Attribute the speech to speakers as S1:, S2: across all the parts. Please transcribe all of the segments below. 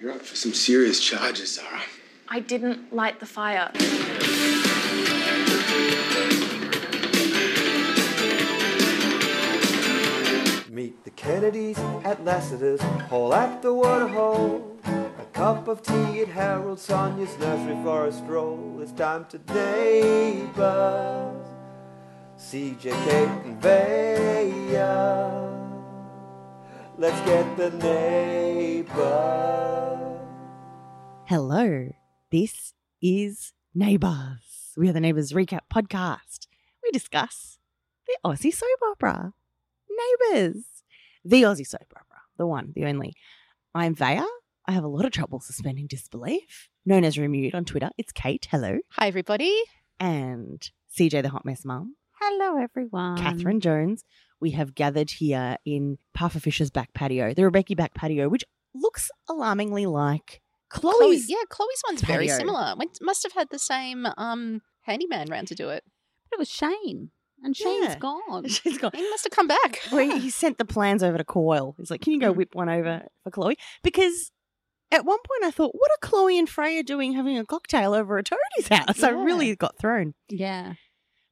S1: You're up for some serious charges, Zara.
S2: I didn't light the fire.
S3: Meet the Kennedys at Lassiter's Hall at the Waterhole. A cup of tea at Harold Sonia's nursery for a stroll. It's time to neighbors. CJ, Kate, and Vaya. Let's get the neighbors.
S4: Hello, this is Neighbours. We are the Neighbours Recap Podcast. We discuss the Aussie soap opera, Neighbours, the Aussie soap opera, the one, the only. I'm Vaya. I have a lot of trouble suspending disbelief. Known as Remute on Twitter, it's Kate. Hello,
S5: Hi, everybody.
S4: and CJ, the hot mess mum,
S5: Hello, everyone.
S4: Catherine Jones. We have gathered here in Pufferfish's back patio, the Rebecca back patio, which looks alarmingly like Chloe's.
S5: Chloe, yeah, Chloe's one's very
S4: patio.
S5: similar. Went, must have had the same um, handyman round to do it.
S6: But it was Shane, and Shane's
S4: Yeah.
S6: gone.
S4: She's got
S5: He must have come back.
S4: Well, he sent the plans over to Coyle. He's like, "Can you go
S5: Mm.
S4: whip one over for Chloe?" Because at one point I thought, "What are Chloe and Freya doing having a cocktail over at Tony's house?" I
S5: Yeah.
S4: really got thrown.
S6: Yeah,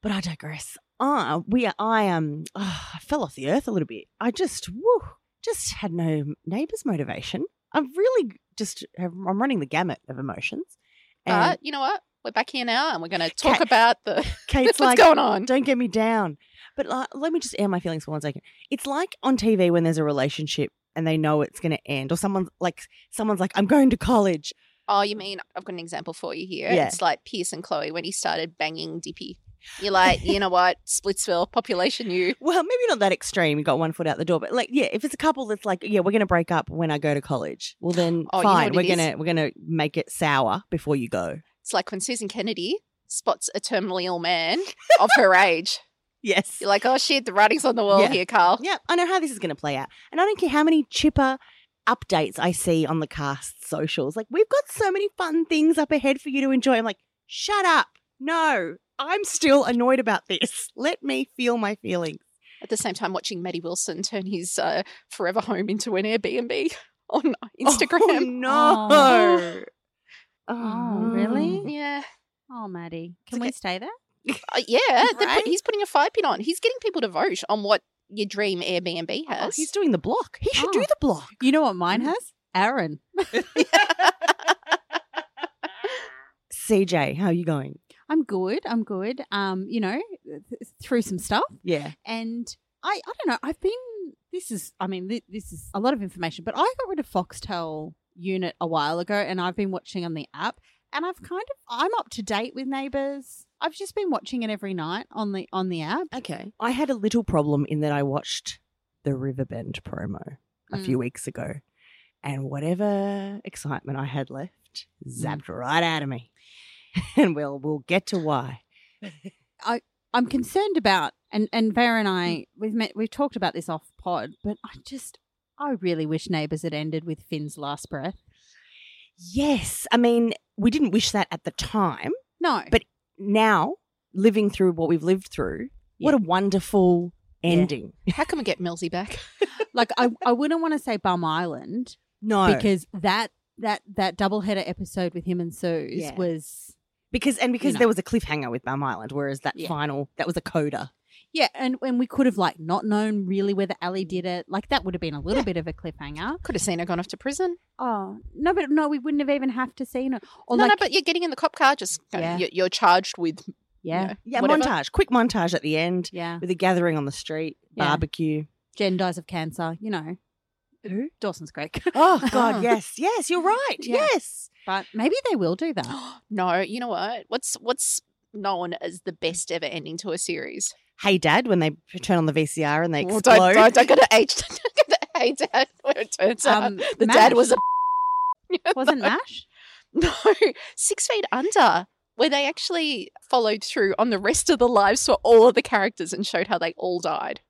S4: But I digress. Ah, we are. I um, ah, I fell off the earth a little bit. I just, woo, just had no neighbours motivation. I'm really just, I'm running the gamut of emotions. And
S5: but you know what? We're back here now, and we're going to talk
S4: Cat-
S5: about the
S4: Kate's
S5: what's
S4: like,
S5: going on.
S4: Don't get me down. But like, let me just air my feelings for one second. It's like on TV when there's a relationship and they know it's going to end, or someone's like, someone's like, I'm going to college.
S5: Oh, you mean I've got an example for you here?
S4: Yeah.
S5: It's like Pierce and Chloe when he started banging Dippy. You're like, you know what? Splitsville, population you.
S4: Well, maybe not that extreme. You got one foot out the door, but like, yeah, if it's a couple that's like, yeah, we're going to break up when I go to college. Well, then
S5: Oh, you know
S4: fine,
S5: what it
S4: we're gonna we're gonna make it sour before you go.
S5: It's like when Susan Kennedy spots a terminally ill man of her age.
S4: Yes.
S5: You're like, oh shit, the writing's on the wall
S4: Yeah.
S5: here, Carl.
S4: yeah, I know how this is going to play out. And I don't care how many chipper updates I see on the cast socials. Like, we've got so many fun things up ahead for you to enjoy. I'm like, shut up. No, I'm still annoyed about this. Let me feel my feelings.
S5: At the same time, watching Maddie Wilson turn his uh, forever home into an Airbnb on Instagram.
S4: Oh, no.
S6: Oh.
S4: Oh,
S6: really?
S5: Yeah,
S6: Oh, Maddie, can
S5: okay.
S6: we stay there?
S5: Uh, yeah. they're put-
S4: Right?
S5: he's putting a five pin on. He's getting people to vote on what your dream Airbnb
S4: Oh,
S5: has.
S4: he's doing the block. He should do
S6: Oh.
S4: the block.
S6: You know what mine has? Aaron.
S4: CJ, how are you going?
S6: I'm good. I'm good. Um, you know, th- through some stuff,
S4: Yeah.
S6: and I, I don't know. I've been. This is. I mean, thi- this is a lot of information, but I got rid of Foxtel unit a while ago, and I've been watching on the app. And I've kind of. I'm up to date with neighbors. I've just been watching it every night on the on the app.
S4: Okay. I had a little problem in that I watched the Riverbend promo a
S6: Mm.
S4: few weeks ago, and whatever excitement I had left
S6: Mm.
S4: zapped right out of me. and we'll we'll get to why.
S6: I'm concerned about, and and Vera and I we've met, we've talked about this off pod, but I just I really wish Neighbours had ended with Finn's last breath.
S4: Yes, I mean we didn't wish that at the time.
S6: No,
S4: But- Now, living through what we've lived through, what a wonderful
S6: Yeah.
S4: ending.
S5: How can we get Millsy back?
S6: like I I wouldn't want to say Bum Island
S4: No, because,
S6: because that that that doubleheader episode with him and Suze
S4: Yeah.
S6: was
S4: and because
S6: You know.
S4: there was a cliffhanger with Bum Island, whereas that
S6: Yeah.
S4: final that was a coda.
S6: yeah, and and we could have like not known really whether Ali did it. Like that would have been a little bit of a cliffhanger.
S5: Could have seen her gone off to prison.
S6: Oh no, but no, we wouldn't have even have to see it. Or
S5: no,
S6: like
S5: no, but you're getting in the cop car. Just go,
S6: Yeah.
S5: you're, you're charged with you
S6: yeah,
S5: know,
S4: Yeah,
S5: whatever.
S4: montage, quick montage at the end
S6: yeah,
S4: with a gathering on the street,
S6: Yeah.
S4: barbecue.
S6: Jen dies of cancer. You know,
S4: Who?
S6: Dawson's Creek.
S4: Oh God,
S5: Ah.
S4: yes, yes, you're right.
S6: Yeah.
S4: Yes.
S6: But maybe they will do that.
S5: no, you know what? What's what's known as the best ever ending to a series?
S4: Hey Dad, when they turn on the VCR and they
S5: Well,
S4: explode.
S5: don't, don't, don't go to H. Don't go to Hey Dad. Where it turns out the dad was a
S6: Um, wasn't Mash.
S5: No, Six Feet Under, where they actually followed through on the rest of the lives for all of the characters and showed how they all died.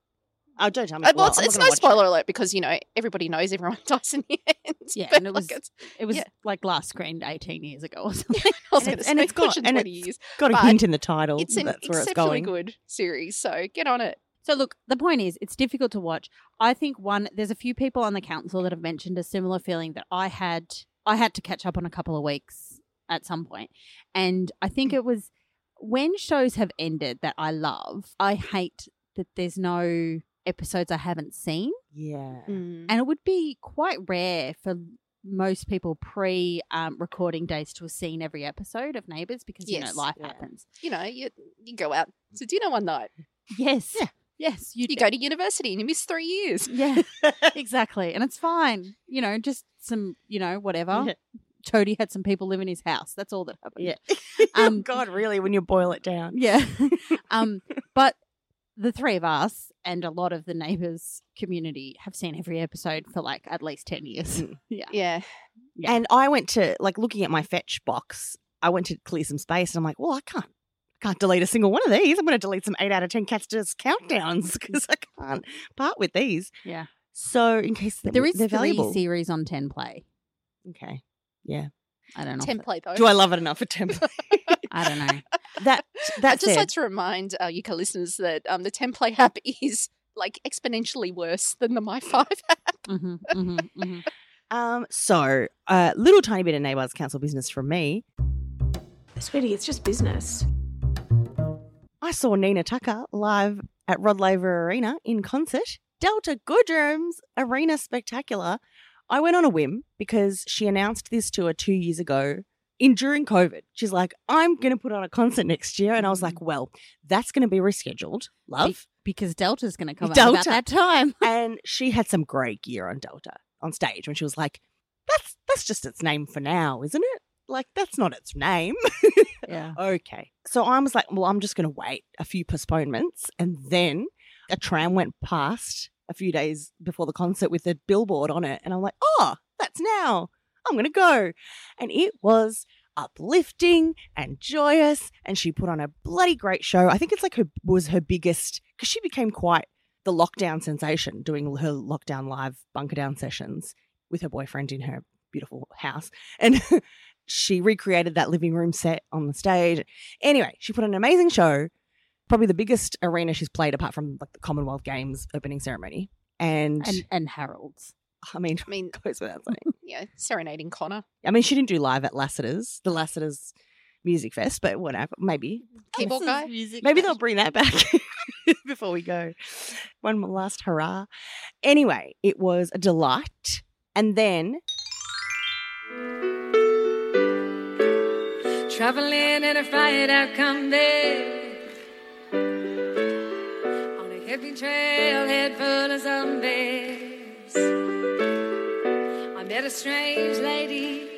S4: Oh, don't tell me.
S5: Uh, well, it's,
S4: I'm not
S5: it's
S4: gonna
S5: no
S4: watch
S5: spoiler alert because, you know, everybody knows everyone dies in the end.
S6: Yeah,
S5: But,
S6: and it
S5: like,
S6: was-
S5: it's-
S6: It was
S5: Yeah.
S6: like last screened eighteen years ago or something.
S5: I was
S4: and
S5: going
S4: it's-
S5: to
S4: and
S5: say
S4: it's got-
S5: pushing
S4: and
S5: 20
S4: it's-
S5: years.
S4: it. Got a
S5: but
S4: hint in the title.
S5: It's
S4: that
S5: an
S4: that's where it's
S5: exceptionally
S4: going.
S5: good series, so get on it.
S6: so look, the point is, it's difficult to watch. I think one, there's a few people on the council that have mentioned a similar feeling that I had I had to catch up on a couple of weeks at some point. And I think it was when shows have ended that I love, I hate that there's no episodes I haven't seen.
S4: Yeah.
S5: Mm.
S6: And it would be quite rare for most people pre um, recording days to have seen every episode of Neighbours because, you
S5: Yes.
S6: know, life
S4: Yeah.
S6: happens.
S5: You know, you you go out to dinner one night.
S6: Yes. Yes.
S5: You go to university and you miss three years.
S6: Yeah, exactly. And it's fine. You know, just some, you know, whatever.
S4: Yeah.
S6: Toadie had some people live in his house. That's all that happened.
S4: Yeah.
S6: Um,
S4: God, really, when you boil it down.
S6: Yeah. um, but the three of us and a lot of the neighbors community have seen every episode for like at least 10 years.
S4: Mm.
S6: yeah.
S5: Yeah.
S6: Yeah.
S4: And I went to like looking at my fetch box. I went to clear some space, and I'm like, well, I can't, I can't delete a single one of these. I'm going to delete some eight out of ten cactus countdowns because I can't part with these.
S6: Yeah.
S4: So in case they're,
S6: But there is
S4: they're
S6: three
S4: valuable.
S6: series on 10 play.
S4: okay.
S6: I don't know. if it-
S5: Template though.
S4: Do I love it enough for template?
S6: I don't know.
S4: that
S5: I
S4: that
S5: just
S4: said,
S5: like to remind uh, Yuka listeners that um, the template app is like exponentially worse than the My Five app.
S6: hmm hmm hmm
S4: um, so a little tiny bit of neighbours council business from me.
S2: Sweetie, it's just business.
S4: I saw Nina Tucker live at Rod Laver Arena in concert, Delta Goodrum's Arena Spectacular. I went on a whim because she announced this tour two years ago in during COVID. She's like, I'm going to put on a concert next year. And I was like, well, that's going to be rescheduled, love.
S6: Because Delta's going to come out
S4: Delta.
S6: about that time.
S4: and she had some great gear on Delta on stage when she was like, that's, that's just its name for now, isn't it? Like, that's not its name.
S6: Yeah.
S4: Okay. So I was like, well, I'm just going to wait a few postponements. And then a tram went past a few days before the concert with a billboard on it. And I'm like, oh, that's now. I'm going to go. And it was uplifting and joyous. And she put on a bloody great show. I think it's like her was her biggest because she became quite the lockdown sensation doing her lockdown live bunker down sessions with her boyfriend in her beautiful house. And she recreated that living room set on the stage. Anyway, she put on an amazing show, probably the biggest arena she's played apart from like the Commonwealth Games opening ceremony. And,
S6: And, and Harold's.
S4: I mean,
S5: I mean,
S4: goes without saying.
S5: yeah, serenading Connor.
S4: I mean, she didn't do live at Lassiter's, the Lassiter's Music Fest, but whatever. Maybe,
S5: Keyboard guy.
S4: maybe they'll bring that back before we go. One last hurrah. Anyway, it was a delight. And then
S7: Traveling in a fried out combi On a hippie trail head full of zombies I met a strange lady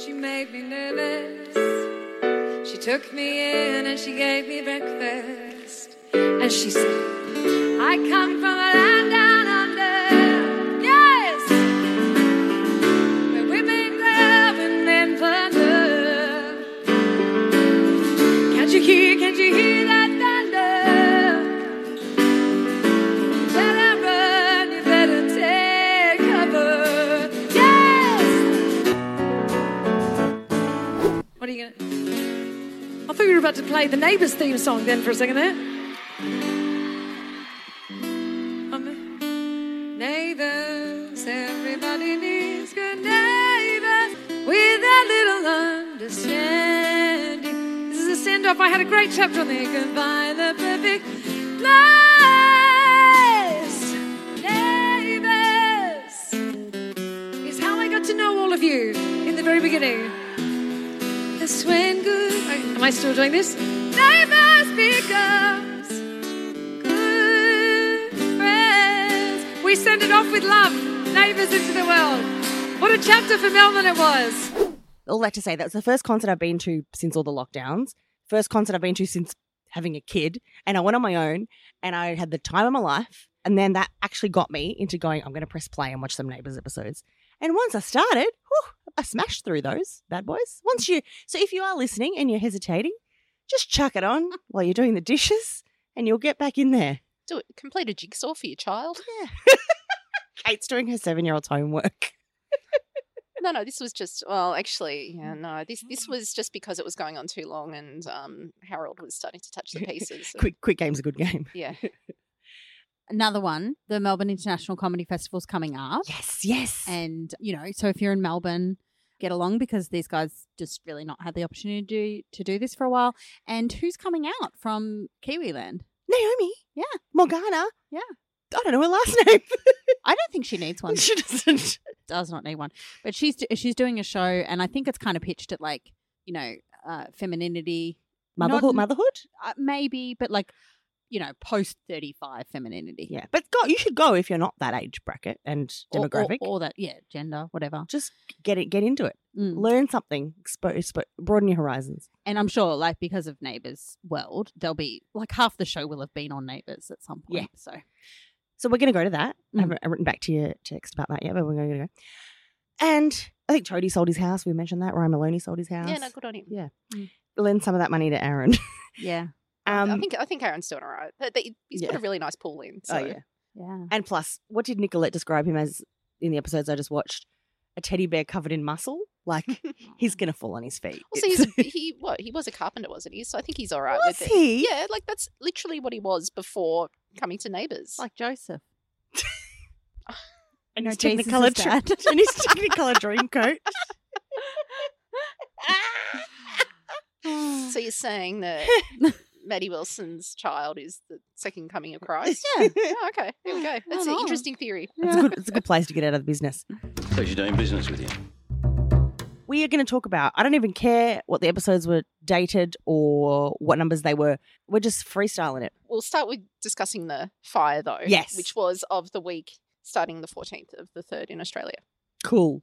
S7: She made me nervous She took me in and she gave me breakfast And she said I come from a land down under Yes! Where women love and men plunder. Can't you hear? Can't you hear that thunder? Better run, you better take cover. Yes. What are you gonna? I thought you were about to play the neighbors theme song then for a second there. Um, Neighbors, everybody needs good neighbors with a little understanding. This is a send off. I had a great chapter on there. Goodbye, the perfect place. Neighbors is how I got to know all of you in the very beginning. That's when good. Am I still doing this? Neighbors becomes good friends. We send it off with love, neighbours into the world. What a chapter for Melbourne it was.
S4: all that to say, that was the first concert I've been to since all the lockdowns. First concert I've been to since having a kid. And I went on my own and I had the time of my life. And then that actually got me into going, I'm going to press play and watch some Neighbours episodes. And once I started, whew, I smashed through those bad boys. Once you, so if you are listening and you're hesitating, just chuck it on while you're doing the dishes and you'll get back in there.
S5: Do it. Complete a jigsaw for your child.
S4: Kate's doing her seven year old's homework.
S5: No, no, this was just well, actually, yeah,
S4: Mm.
S5: no, this this was just because it was going on too long, and um, Harold was starting to touch the pieces. and-
S4: Quick, quick game's a good game.
S5: yeah,
S6: Another one, the Melbourne International Comedy Festival's coming up.
S4: Yes, yes.
S6: And, you know, so if you're in Melbourne, get along because these guys just really not had the opportunity to do, to do this for a while. And who's coming out from Kiwiland?
S4: Naomi.
S6: Yeah.
S4: Morgana.
S6: Yeah.
S4: I don't know her last name.
S6: I don't think she needs one.
S4: she doesn't.
S6: does not need one. But she's she's doing a show, and I think it's kind of pitched at like you know uh, femininity, Not-
S4: Motherhood. motherhood.
S6: uh, maybe, but like you know post thirty five femininity.
S4: Yeah, but go, you should go if you're not that age bracket and
S6: Or- or-
S4: demographic.
S6: or, that yeah, gender, whatever.
S4: Just get it. Get into it.
S6: Mm.
S4: Learn something. Expo- expo- broaden your horizons.
S6: And I'm sure, like because of Neighbours World, there'll be like half the show will have been on Neighbours at some point.
S4: Yeah.
S6: So
S4: So we're going to go to that. I
S6: Mm.
S4: haven't I've written back to your text about that yet, but we're going to go. And I think Jody sold his house. We mentioned that. Ryan Maloney sold his house.
S5: Yeah, no, good on him.
S4: Lend some of that money to Aaron.
S6: yeah,
S4: um,
S5: I think I think Aaron's doing all right. But they- He's
S4: Yeah.
S5: got a really nice pool in. So.
S4: oh yeah.
S6: yeah.
S4: And plus, what did Nicolette describe him as in the episodes I just watched? A teddy bear covered in muscle. Like he's going to fall on his feet.
S5: Also, he's
S4: It's-
S5: a, he what he was a carpenter, wasn't he? So I think he's all right
S4: was
S5: with it.
S4: he?
S5: Yeah, like that's literally what he was before coming to Neighbours.
S6: Like Joseph,
S4: And
S6: No,
S4: his
S6: Jesus is
S4: technicolor, dr-
S6: dead.
S4: and his technicolor dream coat.
S5: so you're saying that Maddie Wilson's child is the second coming of Christ?
S4: Yeah.
S5: Oh, okay, there we go. That's an
S6: Right on.
S5: interesting theory.
S4: It's a good. It's a good place to get out of the business.
S8: Pleasure doing business with you.
S4: We are going to talk about. I don't even care what the episodes were dated or what numbers they were. We're just freestyling it.
S5: We'll start with discussing the fire, though.
S4: Yes.
S5: which was of the week starting the 14th of the third in Australia.
S4: Cool.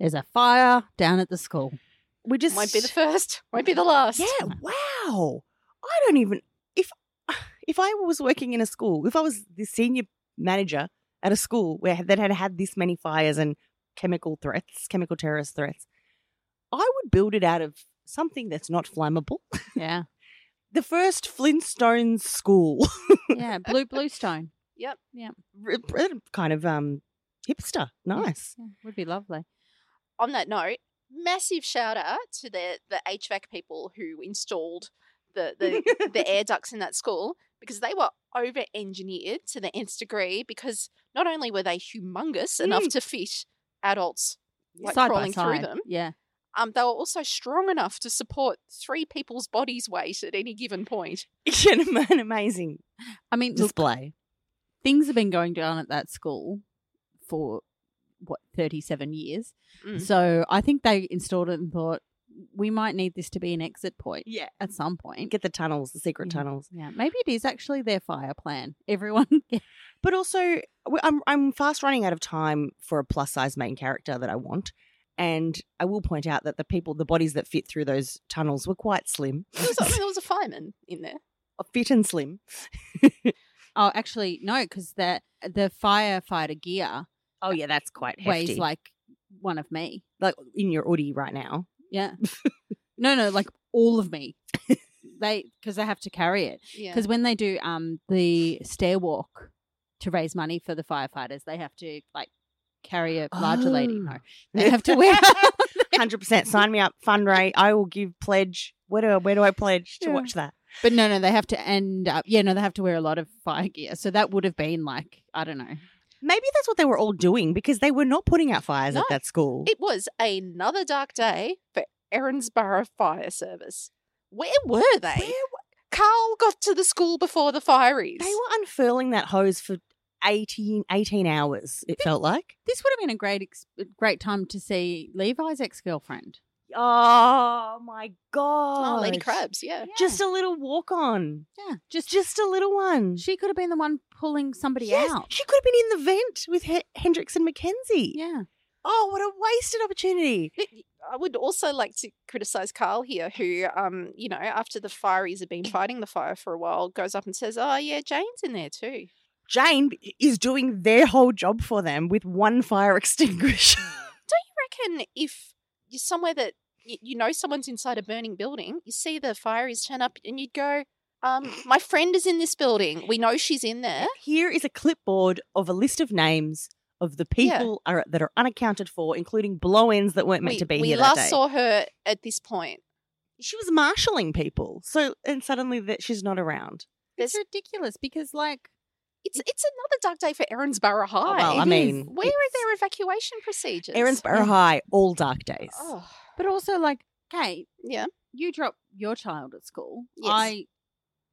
S6: there's a fire down at the school.
S4: We just
S5: Won't be the first. Won't be the last.
S4: Yeah. Wow. I don't even if if I was working in a school, if I was the senior manager at a school where that had had this many fires and chemical threats, chemical terrorist threats, I would build it out of something that's not flammable.
S6: Yeah,
S4: The first Flintstones school.
S6: yeah. Blue Bluestone
S5: Yep.
S4: R- r- kind of um hipster. Nice.
S6: yeah, would be lovely.
S5: on that note, massive shout out to the the HVAC people who installed the the, the air ducts in that school because they were over engineered to the nth degree because not only were they humongous enough to fit adults like
S6: Mm. side
S5: crawling
S6: by
S5: through
S6: side.
S5: them,
S6: Yeah,
S5: um, they were also strong enough to support three people's bodies weight at any given point.
S4: An amazing
S6: I mean, look,
S4: display.
S6: things have been going down at that school for what 37 years
S5: Mm.
S6: so i think they installed it and thought we might need this to be an exit point
S4: Yeah.
S6: at some point
S4: Get the tunnels, the secret
S6: Yeah.
S4: tunnels.
S6: yeah maybe it is actually their fire plan everyone yeah.
S4: But also, w- I'm I'm fast running out of time for a plus size main character that I want. And I will point out that the people, the bodies that fit through those tunnels were quite slim, uh,
S5: There was, I mean, there was a fireman in there.
S4: fit and slim.
S6: oh actually no because the the firefighter gear
S4: Oh yeah, that's quite
S6: weighs like one of me
S4: like in your Audi right now.
S6: yeah no no like all of me they because they have to carry it
S5: Yeah.
S6: because when they do um the stair walk to raise money for the firefighters, they have to like carry a larger lady. No,
S4: Oh.
S6: they have to wear.
S4: Hundred percent. Sign me up, fundraise. I will give pledge. Where do I, where do I pledge to
S6: Yeah.
S4: watch that?
S6: but no, no, they have to end up. Yeah, no, they have to wear a lot of fire gear. So that would have been like I don't know.
S4: Maybe that's what they were all doing because they were not putting out fires
S5: No.
S4: at that school.
S5: It was another dark day for Erinsborough Fire Service. Where were they? Carl got to the school before the fireys.
S4: they were unfurling that hose for 18, 18 hours. It felt like.
S6: This would have been a great ex- great time to see Levi's ex girlfriend.
S4: Oh my god!
S5: Oh, Lady Crabs, yeah.
S4: Uh, Just a little walk on.
S6: yeah, just just
S4: Just a little one.
S6: she could have been the one pulling somebody
S4: Yes,
S6: out.
S4: She could have been in the vent with he- Hendrix and Mackenzie.
S6: yeah,
S4: Oh, what a wasted opportunity.
S5: I would also like to criticize Carl here, who, um, you know, after the fireys have been fighting the fire for a while, goes up and says, "Oh yeah, Jane's in there too."
S4: Jane is doing their whole job for them with one fire extinguisher.
S5: I reckon if you're somewhere that y- you know someone's inside a burning building, you see the fireys turn up, and you'd go, um, "My friend is in this building. We know she's in there."
S4: Here is a clipboard of a list of names of the
S5: Yeah.
S4: people are, that are unaccounted for, including blow-ins that weren't meant
S5: we,
S4: to be
S5: we
S4: here
S5: last
S4: that day.
S5: saw her at this point.
S4: she was marshalling people, so and suddenly that she's not around.
S5: There's
S6: it's ridiculous because like
S5: It's it's another dark day for Erinsborough High.
S4: well, I mean,
S5: where are their evacuation procedures?
S4: Erinsborough High, all dark days.
S5: Oh,
S6: But also, like, Kate,
S5: yeah.
S6: you drop your child at school.
S5: Yes.
S6: I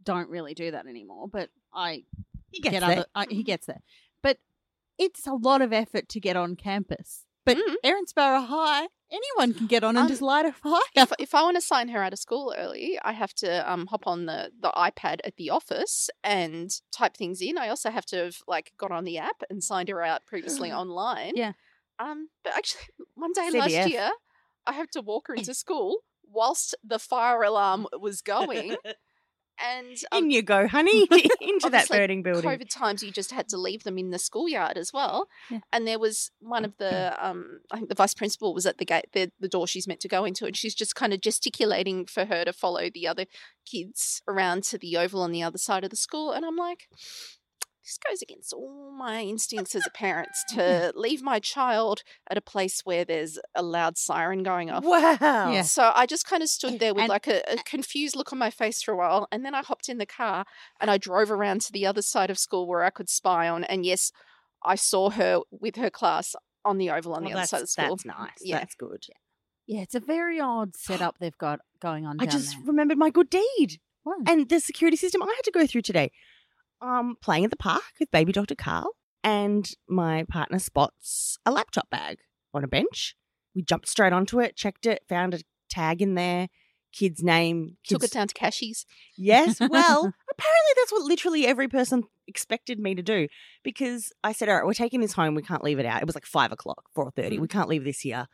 S6: don't really do that anymore, but I
S4: he gets
S6: get
S4: there.
S6: other. I, he gets there, but it's a lot of effort to get on campus. But
S4: Mm-hmm.
S5: Mm.
S6: Erinsborough High, anyone can get on and
S5: Um,
S6: just light a fire.
S5: If, if I want to sign her out of school early, I have to um, hop on the, the iPad at the office and type things in. I also have to have like got on the app and signed her out previously online.
S6: Yeah.
S5: Um, but actually, one day last
S4: CBF.
S5: year, I had to walk her into school whilst the fire alarm was going, and um,
S4: In you go, honey, into that
S5: obviously,
S4: burning building.
S5: COVID times, you just had to leave them in the schoolyard as well.
S6: Yeah.
S5: And there was one of the, um, I think the vice principal was at the gate, the, the door she's meant to go into, and she's just kind of gesticulating for her to follow the other kids around to the oval on the other side of the school. And I'm like, this goes against all my instincts as a parent to leave my child at a place where there's a loud siren going off.
S4: Wow.
S6: Yeah.
S5: So I just kind of stood there with
S6: And-
S5: like a, a confused look on my face for a while, and then I hopped in the car and I drove around to the other side of school where I could spy on. And yes, I saw her with her class on the oval on
S4: Well,
S5: the other
S4: that's,
S5: side of school.
S4: that's nice.
S5: Yeah.
S4: That's good.
S6: Yeah, it's a very odd setup they've got going on.
S4: I
S6: down
S4: just
S6: there.
S4: remembered my good deed
S6: What?
S4: and the security system I had to go through today. Um, playing at the park with baby Dr. Carl, and my partner spots a laptop bag on a bench. We jumped straight onto it, checked it, found a tag in there, kid's name. Kid's...
S5: Took it down to Cashie's.
S4: Yes. Well, apparently that's what literally every person expected me to do because I said, all right, we're taking this home. We can't leave it out. It was like five o'clock, 4.30. We can't leave this here.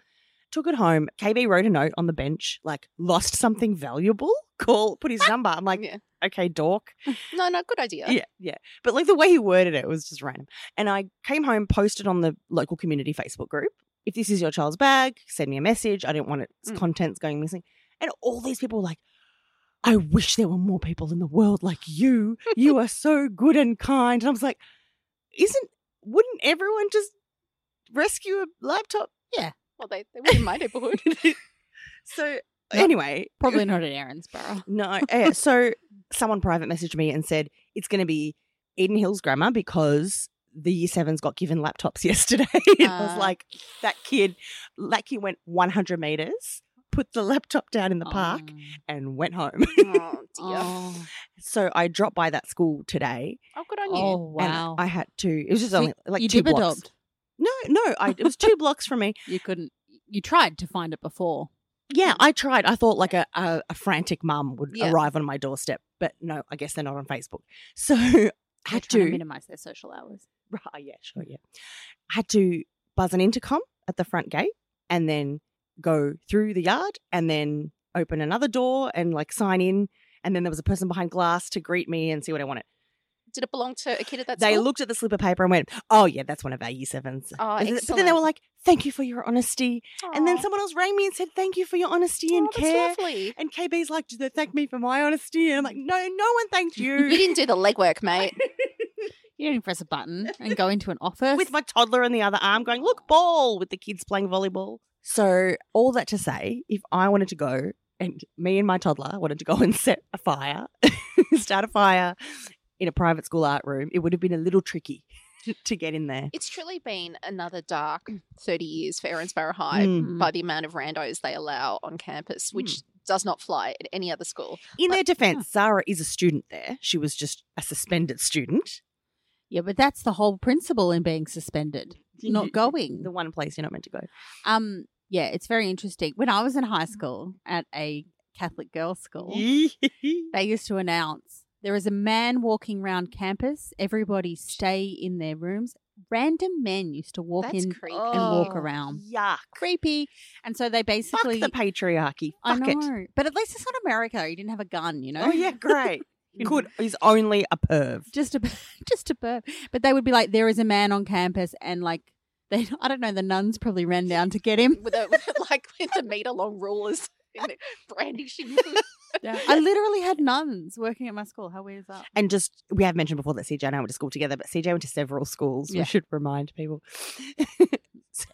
S4: Took it home. KB wrote a note on the bench, like, lost something valuable. Call, put his number. I'm like,
S5: yeah.
S4: okay, dork.
S5: No, no, good idea.
S4: Yeah, yeah. But like the way he worded it was just random. And I came home, posted on the local community Facebook group. If this is your child's bag, send me a message. I didn't want its
S5: Mm.
S4: contents going missing. And all these people were like, I wish there were more people in the world like you. You are so good and kind. And I was like, isn't, wouldn't everyone just rescue a laptop?
S5: Well, they, they were in my neighborhood. Oh,
S4: So, anyway,
S6: Probably not at Erinsborough.
S4: No. eh, so someone private messaged me and said it's going to be Eden Hills grammar because the year sevens got given laptops yesterday. and I
S6: Ah.
S4: was like, that kid, that kid went 100 meters, put the laptop down in the park, and went home.
S5: oh, dear. Oh,
S6: mm. Oh,
S4: so I dropped by that school today.
S5: good on you.
S6: oh,
S4: and
S6: wow!
S4: I had to. It was just
S6: So
S4: only like
S6: you
S4: two
S6: dib
S4: blocks.
S6: adopt.
S4: No, no. I, it was two blocks from me.
S6: You couldn't. You tried to find it before. Mm.
S4: Yeah, I tried. I thought like a, a, a frantic mum would
S5: Yeah.
S4: arrive on my doorstep, but no, I guess they're not on Facebook. So I
S6: They're
S4: had
S6: trying
S4: to.
S6: minimize their social hours.
S4: Right, yeah, sure, yeah. I had to buzz an intercom at the front gate and then go through the yard and then open another door and like sign in. And then there was a person behind glass to greet me and see what I wanted.
S5: Did it belong to a kid at that
S4: they
S5: school?
S4: looked at the slip of paper and went, Oh, yeah, that's one of our year sevens.
S5: Oh,
S4: Is it- but then they
S5: excellent.
S4: were like, Thank you for your honesty. And then
S5: Aw.
S4: someone else rang me and said, Thank you for your honesty
S5: Oh,
S4: and
S5: that's
S4: care.
S5: lovely.
S4: And KB's like, Did they thank me for my honesty? And I'm like, No, no one thanked
S5: You
S4: you.
S5: didn't do the legwork, mate.
S6: You didn't press a button and go into an office
S4: with my toddler in the other arm going, look, ball, with the kids playing volleyball. So, all that to say, if I wanted to go and me and my toddler wanted to go and set a fire, start a fire in a private school art room, it would have been a little tricky to get in there.
S5: It's truly been another dark 30 years for Erinsborough High
S4: Mm. Hmm.
S5: by the amount of randos they allow on campus, which does not fly at any other school.
S4: In their defense, Zara is a student there. She was just a suspended student.
S6: Yeah, but that's the whole principle in being suspended, not going.
S4: The one place you're not meant to go.
S6: Um, yeah, it's very interesting. When I was in
S4: Mm.
S6: high school at a Catholic girls' school, they used to announce there is a man walking around campus. Everybody stay in their rooms. Random men used to walk
S5: That's
S6: in
S5: creepy.
S6: and walk
S4: Oh,
S6: around.
S4: Yuck.
S6: Creepy. And so they
S4: Fuck
S6: basically.
S4: the patriarchy.
S6: I
S4: Fuck it.
S6: know, but at least it's not America. You didn't have a gun, you know.
S4: Oh, yeah, great. Good. He's only a perv.
S6: just a just a burp. But they would be like, there is a man on campus, and like they, I don't know, the nuns probably ran down to get him.
S5: With a, with, like with the meter long rulers and the brandishing.
S6: I literally had nuns working at my school. How weird is that?
S4: and just we have mentioned before that CJ and I went to school together, but CJ went to several schools.
S6: Yeah.
S4: We should remind people. so,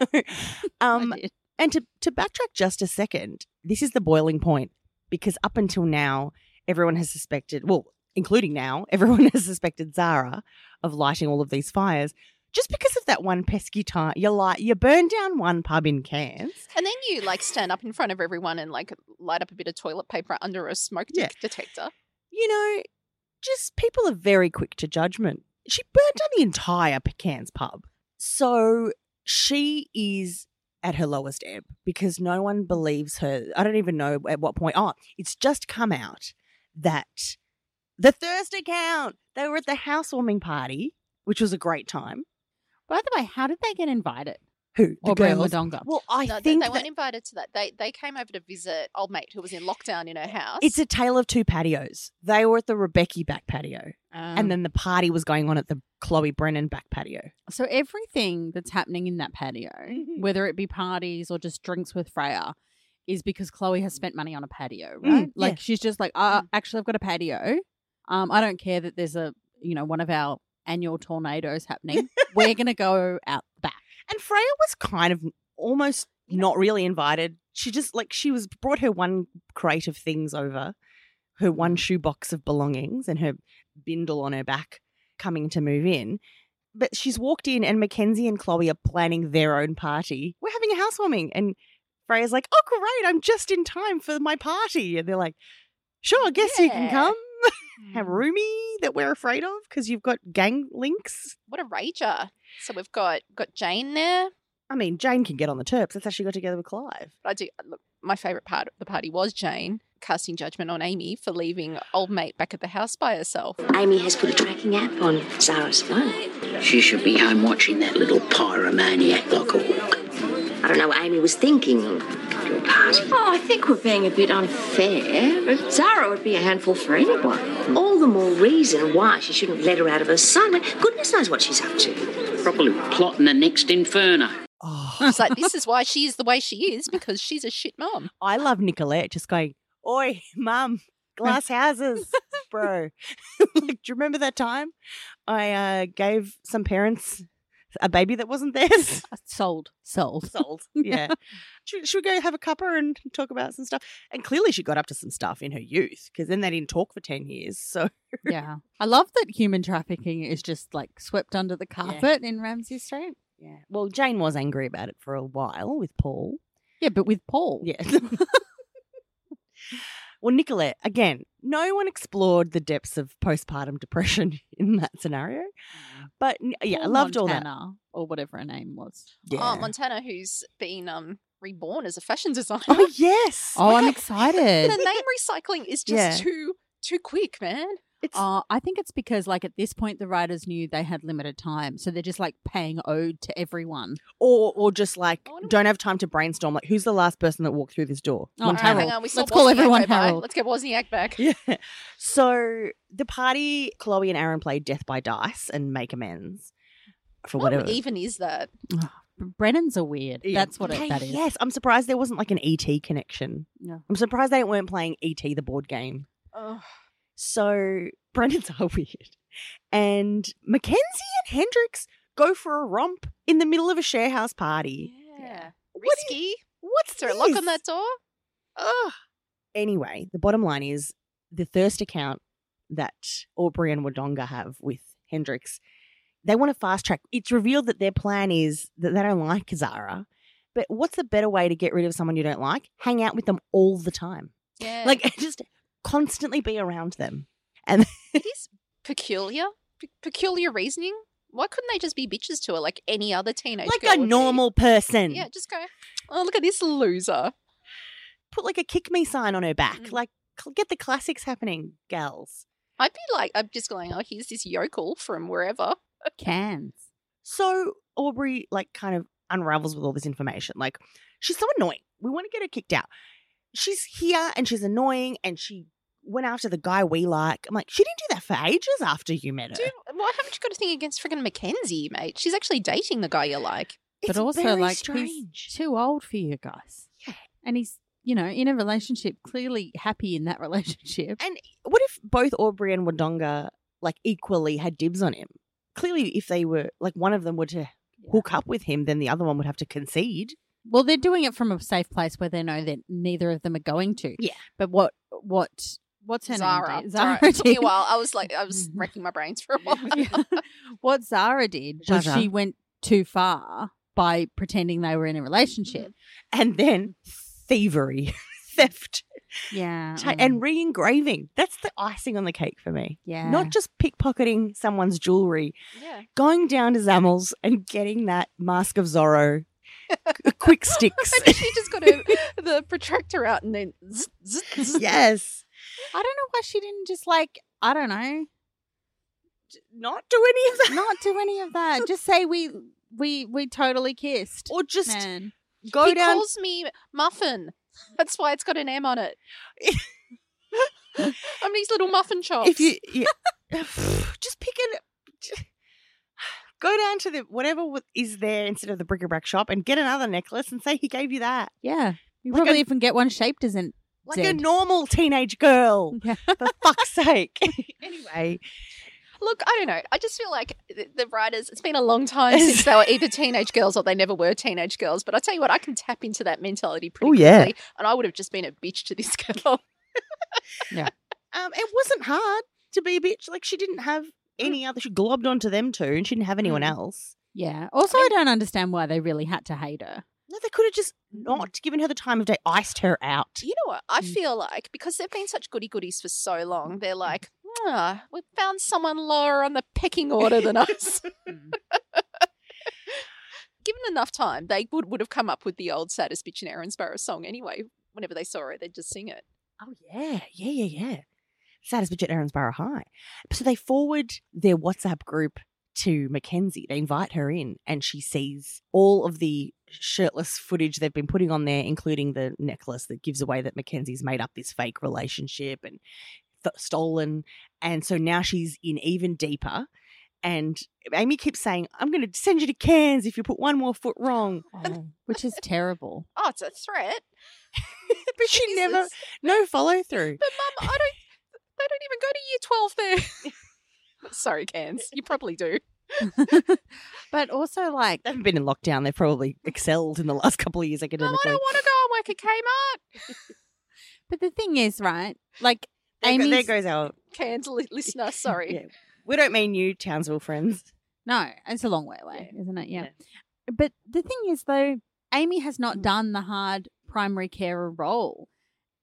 S4: um,
S6: I did.
S4: and to to backtrack just a second, this is the boiling point because up until now, everyone has suspected. Well, including now, everyone has suspected Zara of lighting all of these fires just because of that one pesky time. You light, you burn down one pub in Cairns.
S5: And then you like stand up in front of everyone and like light up a bit of toilet paper under a smoke de-
S4: Yeah.
S5: detector.
S4: You know, just people are very quick to judgment. She burnt down the entire P- Cairns pub. So she is at her lowest ebb because no one believes her. I don't even know at what point. Oh, it's just come out that the thirst account, they were at the housewarming party, which was a great time.
S6: By the way, how did they get invited?
S4: Who? The
S6: Aubrey
S4: girls?
S6: Wodonga.
S4: Well, I
S5: no, they,
S4: think
S5: they
S4: that-
S5: weren't invited to that. They they came over to visit old mate who was in lockdown in her house.
S4: It's a tale of two patios. They were at the Rebecca back patio,
S6: Oh. Mm.
S4: and then the party was going on at the Chloe Brennan back patio.
S6: so everything that's happening in that patio,
S4: Mm-hmm.
S6: whether it be parties or just drinks with Freya, is because Chloe has spent money on a patio,
S4: Mm,
S6: right?
S4: yeah.
S6: Like she's just like, ah, actually, I've got a patio. Um, I don't care that there's a you know one of our annual tornadoes happening. We're gonna go out the back.
S4: And Freya was kind of almost not really invited. She just like she was brought her one crate of things over, her one shoebox of belongings, and her bindle on her back, coming to move in. But she's walked in, and Mackenzie and Chloe are planning their own party. We're having a housewarming, and Freya's like, "Oh, great! I'm just in time for my party." And they're like, "Sure, guess you can
S5: Yeah.
S4: come." Have roomie that we're afraid of because you've got gang links.
S5: what a rager. So we've got got Jane there.
S4: I mean, Jane can get on the terps. That's how she got together with Clive.
S5: But I do uh, look, my favorite part of the party was Jane casting judgment on Amy for leaving old mate back at the house by herself.
S9: Amy has put a tracking app on Zara's phone.
S10: She should be home watching that little pyromaniac like a hawk.
S9: I don't know what Amy was thinking. Your party. Oh, I think we're being a bit unfair. But Zara would be a handful for anyone. All the more reason why she shouldn't let her out of her sight. Goodness knows what she's up to.
S10: Probably plotting the next inferno.
S5: It's like this is why she is the way she is because she's a shit mom.
S4: I love Nicolette just going, Oi, mum, glass houses, bro. like, do you remember that time I uh, gave some parents a baby that wasn't theirs?
S6: uh, Sold, sold.
S4: Sold. Yeah. should, should we go have a cuppa and talk about some stuff? And clearly she got up to some stuff in her youth because then they didn't talk for 10 years. So
S6: yeah, I love that human trafficking is just like swept under the carpet in Ramsey Street.
S4: yeah. Well, Jane was angry about it for a while with Paul.
S6: Yeah, but with Paul.
S4: Yeah. well, Nicolette, again, no one explored the depths of postpartum depression in that scenario. But n- yeah, I
S6: Paul
S4: loved all that.
S6: Montana, or whatever her name was.
S4: Yeah.
S5: Oh, Montana, who's been um reborn as a fashion designer.
S4: Oh, yes.
S6: Oh, I'm
S5: the
S6: excited.
S5: name recycling is just
S4: Yeah.
S5: too too quick, man.
S4: It's-
S6: Uh, I think it's because, like, at this point, the writers knew they had limited time, so they're just like paying ode to everyone.
S4: or, or just like,
S5: I wonder-
S4: don't have time to brainstorm. Like, who's the last person that walked through this door?
S6: Oh,
S5: All right,
S4: Montana.
S5: hang on, we saw
S6: Let's call
S5: Wozniak
S6: everyone
S5: over.
S6: Harold.
S5: Let's get Wozniak back.
S4: Yeah. So the party, Chloe and Aaron play Death by Dice and make amends for
S5: What
S4: whatever.
S5: even is that?
S6: Brennan's are weird.
S4: Yeah.
S6: That's what
S4: Okay,
S6: it, that is.
S4: Yes, I'm surprised there wasn't like an ET connection.
S6: Yeah.
S4: I'm surprised they weren't playing ET the board game. So Brendan's are weird. And Mackenzie and Hendrix go for a romp in the middle of a share house party.
S5: Yeah.
S4: What is-
S5: Risky.
S4: What's
S5: Is there a lock
S4: this?
S5: on that door?
S4: Ugh. Anyway, the bottom line is the thirst account that Aubrey and Wodonga have with Hendrix, they want to fast track. It's revealed that their plan is that they don't like Zara. But what's the better way to get rid of someone you don't like? Hang out with them all the time.
S5: Yeah.
S4: Like just constantly be around them.
S5: it is peculiar. Pe- peculiar reasoning. Why couldn't they just be bitches to her like any other teenage girl
S4: Like
S5: would
S4: a
S5: be?
S4: normal person.
S5: Yeah, just go. Oh, look at this loser.
S4: put like a kick me sign on her back.
S5: Mm.
S4: Like cl- get the classics happening, gals.
S5: I'd be like, I'm just going. Oh, here's this yokel from wherever.
S6: Cans.
S4: So Aubrey like kind of unravels with all this information. Like she's so annoying. We want to get her kicked out. She's here and she's annoying and she went after the guy we like. I'm like, she didn't do that for ages after you met her.
S5: Dude, why haven't you got a thing against friggin' Mackenzie, mate? She's actually dating the guy you like.
S4: it's
S6: but also,
S4: very
S6: like,
S4: strange.
S6: he's too old for you guys.
S4: Yeah.
S6: And he's, you know, in a relationship, clearly happy in that relationship.
S4: And what if both Aubrey and Wodonga like equally had dibs on him? Clearly, if they were like one of them were to hook up with him, then the other one would have to concede.
S6: Well, they're doing it from a safe place where they know that neither of them are going to.
S4: Yeah.
S6: But what what what's her
S5: Zara.
S6: name? did?
S5: Zara. It took me a
S6: did-
S5: while. I was like, I was wrecking my brains for a while.
S6: what Zara did was
S4: Zsa Zsa.
S6: she went too far by pretending they were in a relationship.
S4: and then thievery, theft,
S6: Yeah, mm,
S4: ta- and re engraving. That's the icing on the cake for me.
S6: yeah,
S4: Not just pickpocketing someone's jewelry,
S5: yeah.
S4: going down to Zamel's and getting that Mask of Zorro, qu- quick sticks.
S5: And she just got her, the protractor out and then. zzz, zzz, zzz.
S4: yes.
S6: I don't know why she didn't just like I don't know
S4: Not do any of that.
S6: not do any of that. Just say we we we totally kissed.
S4: Or just
S6: Man.
S4: go
S5: he
S4: down.
S5: calls me muffin. That's why it's got an M on it. I'm these little muffin chops.
S4: if you yeah, just pick an go down to the whatever wa- is there instead of the bric-a-brac shop and get another necklace and say he gave you that
S6: Yeah, you
S4: Like
S6: probably
S4: a-
S6: even get one shaped as an
S4: like a
S6: Dead.
S4: normal teenage girl
S6: yeah.
S4: for fuck's sake anyway
S5: Look, I don't know. I just feel like the, the writers, it's been a long time since they were either teenage girls or they never were teenage girls. But I tell you what, I can tap into that mentality pretty
S4: Oh, yeah.
S5: quickly. And I would have just been a bitch to this girl.
S4: um it wasn't hard to be a bitch like she didn't have any other she globbed onto them two and she didn't have anyone
S5: Mm.
S4: else
S6: yeah. Also, I, don't understand why they really had to hate her.
S4: no they could have just not given her the time of day iced her out
S5: You know what? I
S6: Mm.
S5: feel like because they've been such goody goodies for so long,
S4: Mm.
S5: they're like, ah, we found someone lower on the pecking order than us.
S6: Mm.
S5: Given enough time, they would, would have come up with the old saddest bitch in Erinsborough song anyway. Whenever they saw it, they'd just sing it.
S4: Oh yeah, yeah, yeah, yeah. Saddest bitch at Erinsborough High. So they forward their WhatsApp group to Mackenzie. They invite her in, and she sees all of the shirtless footage they've been putting on there, including the necklace that gives away that Mackenzie's made up this fake relationship and th- stolen. And so now she's in even deeper. And Amy keeps saying, "I'm going to send you to Cairns if you put one more foot wrong."
S6: Oh, which is terrible.
S5: Oh, it's a threat.
S4: But she never,
S5: Jesus.
S4: no follow through.
S5: But mum, I don't. They don't even go to year twelve there. Sorry, Cairns. You probably do.
S6: but also, like,
S4: They haven't been in lockdown. They've probably excelled in the last couple of years
S5: Mum,
S4: academically.
S5: I don't want to go and work at Kmart.
S6: but the thing is, right? Like,
S4: There, go- there
S6: Amy's-
S4: goes our.
S5: Cairns li- listener, sorry.
S4: Yeah. We don't mean you, Townsville friends.
S6: no, it's a long way away, isn't it? Yeah. But the thing is, though, Amy has not done the hard primary carer role.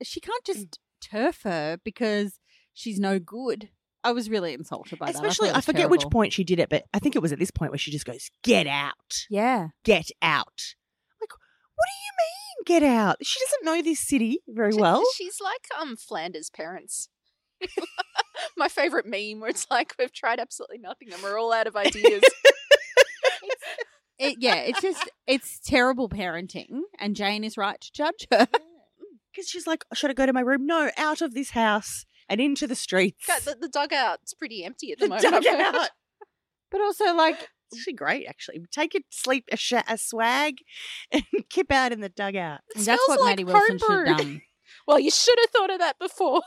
S6: She can't just turf her because she's no good. I was really insulted by
S4: Especially,
S6: that.
S4: I,
S6: thought it was
S4: forget which
S6: terrible.
S4: point she did it, but I think it was at this point where she just goes, "Get out,
S6: Yeah.
S4: get out." Like, what do you mean, get out? She doesn't know this city very
S5: She-
S4: well.
S5: she's like um Flanders' parents. My favorite meme where it's like we've tried absolutely nothing and we're all out of ideas.
S6: It, yeah, it's just it's terrible parenting, and Jane is right to judge her.
S4: Because she's like, "Should I go to my room? No, out of this house and into the streets."
S5: God, the, the dugout's pretty empty at the,
S4: The
S5: moment. I've heard.
S4: dugout.
S6: But also, like,
S4: It's actually great, actually. Take a sleep, a, sh- a swag, and kip out in the dugout.
S5: It
S6: that's what
S5: smells like
S6: Maddie Wilson should
S5: homebrewed.
S6: have done.
S5: Well, you should have thought of that before.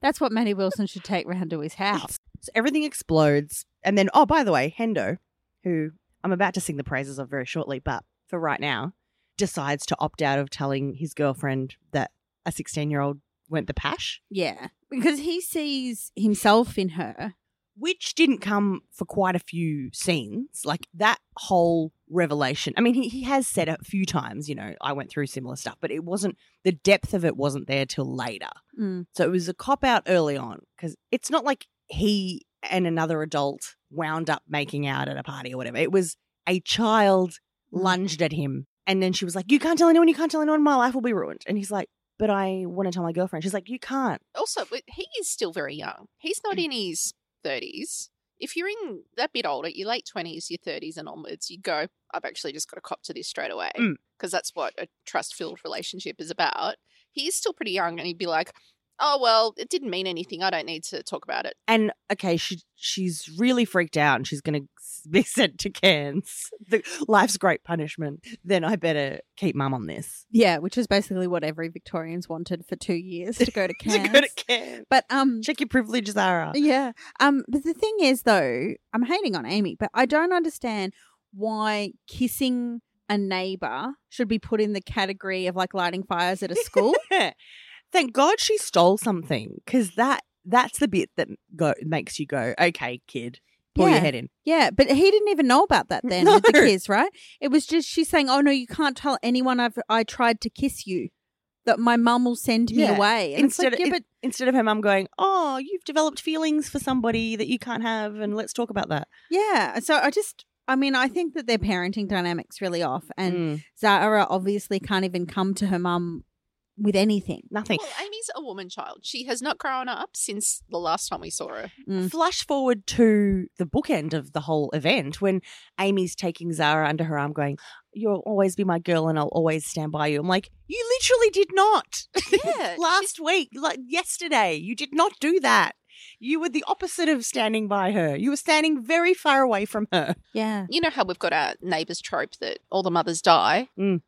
S6: That's what Maddie Wilson should take round to his house.
S4: So everything explodes. And then, oh, by the way, Hendo, who I'm about to sing the praises of very shortly, but for right now, decides to opt out of telling his girlfriend that a 16 year old went the pash,
S6: Yeah, because he sees himself in her.
S4: which didn't come for quite a few scenes. Like that whole revelation. I mean, he, he has said a few times, you know, I went through similar stuff, but it wasn't, the depth of it wasn't there till later.
S6: Mm.
S4: So it was a cop out early on because it's not like he and another adult wound up making out at a party or whatever. It was a child
S6: Mm.
S4: lunged at him. And then she was like, You can't tell anyone, you can't tell anyone, my life will be ruined. And he's like, But I want to tell my girlfriend. She's like, You can't.
S5: also but he is still very young he's not
S4: Mm.
S5: in his 30s if you're in that bit older your late 20s your 30s and onwards you go i've actually just got to cop to this straight away
S4: Mm.
S5: because that's what a trust filled relationship is about he is still pretty young and he'd be like oh well it didn't mean anything i don't need to talk about it
S4: And okay, she she's really freaked out and she's going to be sent to Cairns. The, life's great punishment. Then I better keep mum on this.
S6: Yeah, which is basically what every Victorians wanted for two years to go to
S4: To
S6: Cairns.
S4: go to Cairns.
S6: but um,
S4: Check your privilege, Zara.
S6: yeah, um, but the thing is though, I'm hating on Amy, but I don't understand why kissing a neighbor should be put in the category of like lighting fires at a school.
S4: that Thank God she stole something because that that's the bit that go makes you go, okay, kid, pull
S6: Yeah.
S4: your head in.
S6: Yeah, but he didn't even know about that then with the
S4: No.
S6: kiss, right? It was just she saying, "Oh no, you can't tell anyone I've I tried to kiss you. That my mum will send me
S4: Yeah.
S6: away." And
S4: Instead,
S6: it's
S4: of,
S6: like, yeah,
S4: in- instead of her mum going, oh, you've developed feelings for somebody that you can't have, and let's talk about that.
S6: but yeah. So I just, I mean, I think that their parenting dynamics really off, and
S4: Mm.
S6: Zara obviously can't even come to her mum with anything.
S4: nothing.
S5: Well, Amy's a woman child. She has not grown up since the last time we saw her.
S6: Mm.
S4: Flash forward to the bookend of the whole event when Amy's taking Zara under her arm, going, You'll always be my girl and I'll always stand by you. I'm like, You literally did not.
S5: Yeah,
S4: Last week, like yesterday, you did not do that. You were the opposite of standing by her. You were standing very far away from her.
S6: Yeah,
S5: You know how we've got our neighbours trope that all the mothers die.
S4: Mm.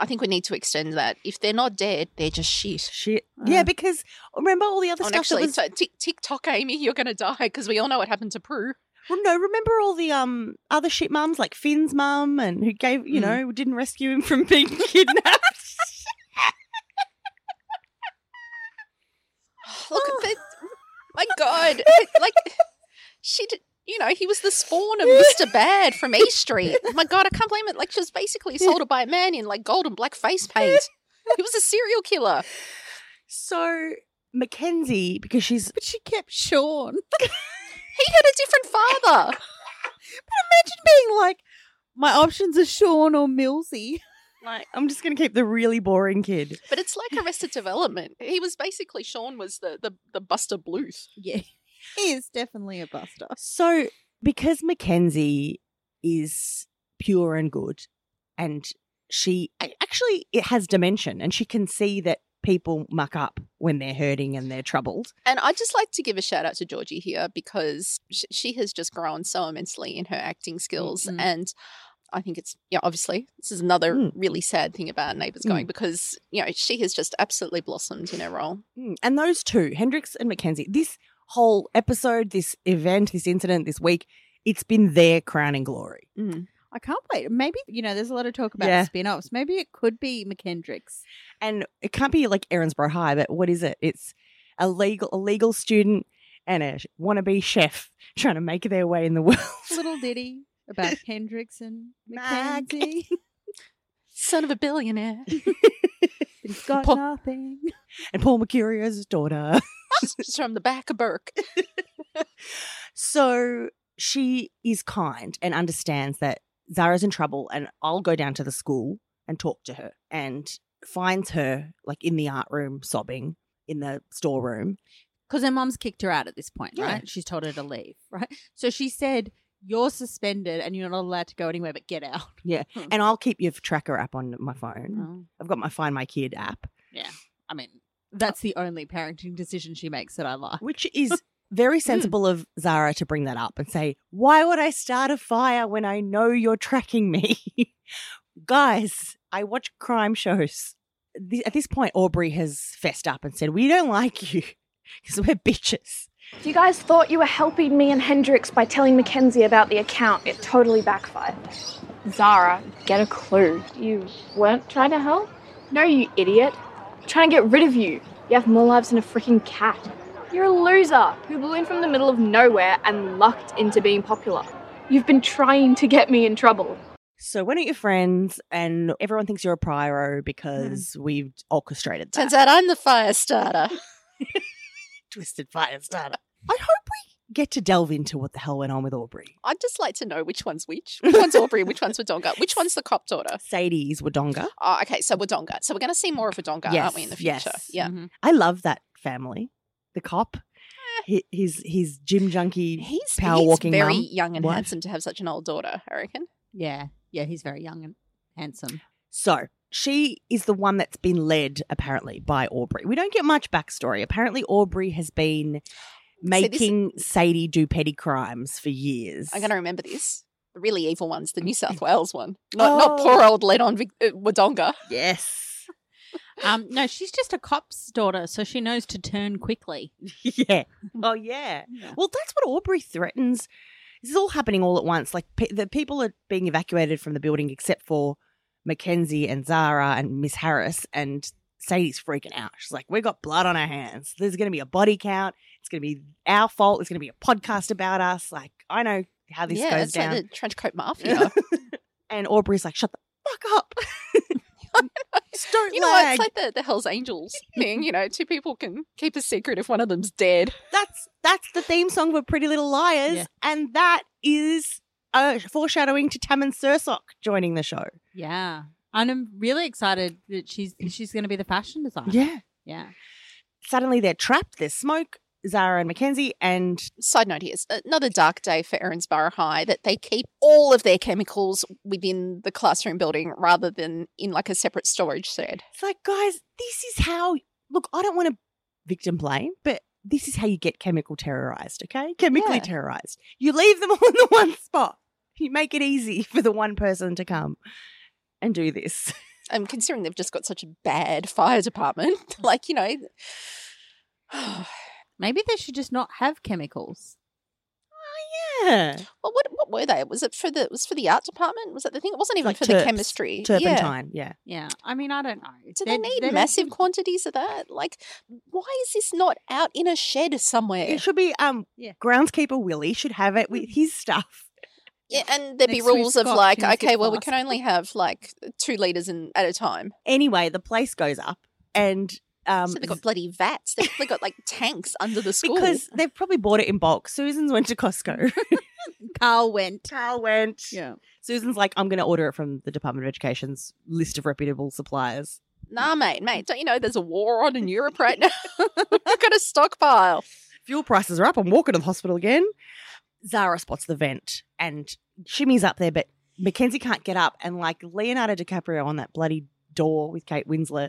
S5: I think we need to extend that. If they're not dead, they're just shit.
S4: Shit.
S6: Uh.
S4: Yeah, because remember all the other
S5: Oh, and
S4: stuff
S5: actually,
S4: that was
S5: so tick, tick tock, Amy, you're going to die because we all know what happened to Prue.
S4: Well, no, remember all the um other shit mums like Finn's mum and who gave you
S6: Mm.
S4: know didn't rescue him from being kidnapped.
S5: Look
S4: Oh.
S5: at that. My God. Like, she did. You know, he was the spawn of Mr. Bad from E Street. My God, I can't blame it. Like, she was basically assaulted by a man in like gold and black face paint. He was a serial killer.
S4: so Mackenzie, because she's
S6: but she kept Sean.
S5: He had a different father.
S6: Imagine being like, my options are Sean or Millsy.
S4: like, I'm just gonna keep the really boring kid.
S5: But it's like Arrested Development. He was basically Sean was the the, the Buster Bluth.
S6: Yeah, he is definitely a buster.
S4: So because Mackenzie is pure and good, and she a- actually it has dimension, and she can see that people muck up when they're hurting and they're troubled.
S5: And I'd just like to give a shout out to Georgie here because sh- she has just grown so immensely in her acting skills.
S4: Mm-hmm.
S6: Mhm.
S5: And I think it's, yeah, obviously, this is another
S4: Mm.
S5: really sad thing about Neighbours
S4: Mm.
S5: going because, you know, she has just absolutely blossomed in her role.
S4: Mm, And those two, Hendrix and Mackenzie, this whole episode, this event, this incident, this week, it's been their crowning glory.
S6: I can't wait. Maybe, you know, there's a lot of talk about
S4: Yeah.
S6: spin offs. Maybe it could be McKendricks.
S4: And it can't be like Erinsborough High, but what is it? It's a legal, a legal student and a sh- wannabe chef trying to make their way in the world.
S6: Little ditty about Hendricks and
S4: Mac.
S6: Mackenzie.
S5: Son of a billionaire.
S6: He's got
S4: Paul-
S6: nothing.
S4: and Paul Mercurio's daughter.
S5: She's- She's from the back of Burke.
S4: So she is kind and understands that Zara's in trouble, and I'll go down to the school and talk to her. And finds her like in the art room sobbing in the storeroom.
S6: Because her mom's kicked her out at this point,
S4: Yeah.
S6: right? She's told her to leave, right? So she said, You're suspended and you're not allowed to go anywhere but get out.
S4: And I'll keep your tracker app on my
S5: Mm.
S4: phone.
S6: Oh.
S4: I've got my Find My Kid app,
S6: I mean, that's the only parenting decision she makes that I like.
S4: which is very sensible of Zara to bring that up and say, Why would I start a fire when I know you're tracking me? Guys, I watch crime shows. Th- At this point, Aubrey has fessed up and said, We don't like you because we're bitches.
S2: You guys thought you were helping me and Hendrix by telling Mackenzie about the account. It totally backfired.
S11: Zara, get a clue. You weren't trying to help? No, you idiot. I'm trying to get rid of you. You have more lives than a freaking cat. You're a loser who blew in from the middle of nowhere and lucked into being popular. You've been trying to get me in trouble.
S4: So, why don't your friends and everyone thinks you're a pyro because we've orchestrated that
S5: Turns out I'm the fire starter.
S4: twisted fire starter? I hope we get to delve into what the hell went on with Aubrey.
S5: I'd just like to know which one's which. Which one's Aubrey? Which one's Wodonga? Which one's the cop daughter?
S4: Sadie's Wodonga.
S5: Oh, okay, so Wodonga. So we're going to see more of Wodonga, aren't we, in the
S4: Yes,
S5: future?
S4: yes.
S5: Yeah.
S6: Mhm.
S4: I love that family. The cop, hi- his his gym junkie,
S5: He's,
S4: power
S5: he's
S4: walking
S5: very
S4: mum.
S5: young and
S4: wife.
S5: handsome to have such an old daughter, I reckon.
S6: Yeah. Yeah. He's very young and handsome.
S4: So she is the one that's been led apparently by Aubrey. We don't get much backstory. Apparently, Aubrey has been
S5: this-
S4: making Sadie do petty crimes for years.
S5: I'm going to remember this. The really evil one's the
S4: Mm,
S5: New South Wales one. Not, not
S4: Oh.
S5: poor old led on Vic- uh, Wodonga.
S4: yes,
S6: Um, no, she's just a cop's daughter, so she knows to turn quickly.
S4: yeah, oh yeah. Well, that's what Aubrey threatens. This is all happening all at once. Like pe- the people are being evacuated from the building except for Mackenzie and Zara and Miss Harris, and Sadie's freaking out. She's like, we've got blood on our hands. There's going to be a body count. It's going to be our fault. There's going to be a podcast about us. Like, I know how this
S5: yeah,
S4: goes
S5: it's
S4: down.
S5: like the trench coat mafia.
S4: and Aubrey's like, shut the fuck up. Just don't
S5: you know,
S4: lag.
S5: it's like the, the Hell's Angels thing. You know, two people can keep a secret if one of them's dead.
S4: that's that's the theme song for Pretty Little Liars,
S6: Yeah.
S4: and that is uh, foreshadowing to Tammin Sursok joining the show.
S6: Yeah. And I'm really excited that she's she's going to be the fashion designer.
S4: Yeah.
S6: Yeah.
S4: Suddenly they're trapped. There's smoke. Zara and Mackenzie, and
S5: Side note here: it's another dark day for Erinsborough High that they keep all of their chemicals within the classroom building rather than in like a separate storage shed.
S4: it's like, guys, this is how. Look, I don't want to victim blame, but this is how you get chemical terrorized. Okay, chemically
S5: Yeah.
S4: terrorized. You leave them all in the one spot. You make it easy for the one person to come and do this.
S5: Um, considering they've just got such a bad fire department,
S4: Mm.
S5: like you know,
S6: Maybe they should just not have chemicals.
S4: Yeah,
S5: well, what what were they? Was it for the was for the art department? Was that the thing? It wasn't even
S4: like
S5: for
S4: terps-
S5: the chemistry. Yeah.
S4: turpentine. Yeah,
S6: Yeah. I mean, I don't know.
S5: Do they
S6: They're-
S5: need
S6: don't
S5: massive
S6: seem-
S5: quantities of that? Like, why is this not out in a shed somewhere?
S4: it should be. Um,
S6: Yeah.
S4: groundskeeper Willie should have it with his stuff.
S5: Yeah, and there'd be
S6: Next we've
S5: rules of
S6: got
S5: like,
S6: gymnastics
S5: okay, well, we
S6: class.
S5: can only have like two liters in at a time.
S4: Anyway, the place goes up, and um,
S5: so they've got bloody vats. They've probably got like tanks under the school.
S4: because they've probably bought it in bulk. Susan's went to Costco.
S6: Carl went.
S4: Tal went.
S6: Yeah.
S4: Susan's like, I'm going to order it from the Department of Education's list of reputable suppliers.
S5: nah, mate, mate, don't you know there's a war on in Europe right now? I've got a stockpile.
S4: Fuel prices are up. I'm walking to the hospital again. Zara spots the vent and shimmies up there, but Mackenzie can't get up. And like Leonardo DiCaprio on that bloody door with Kate Winslet,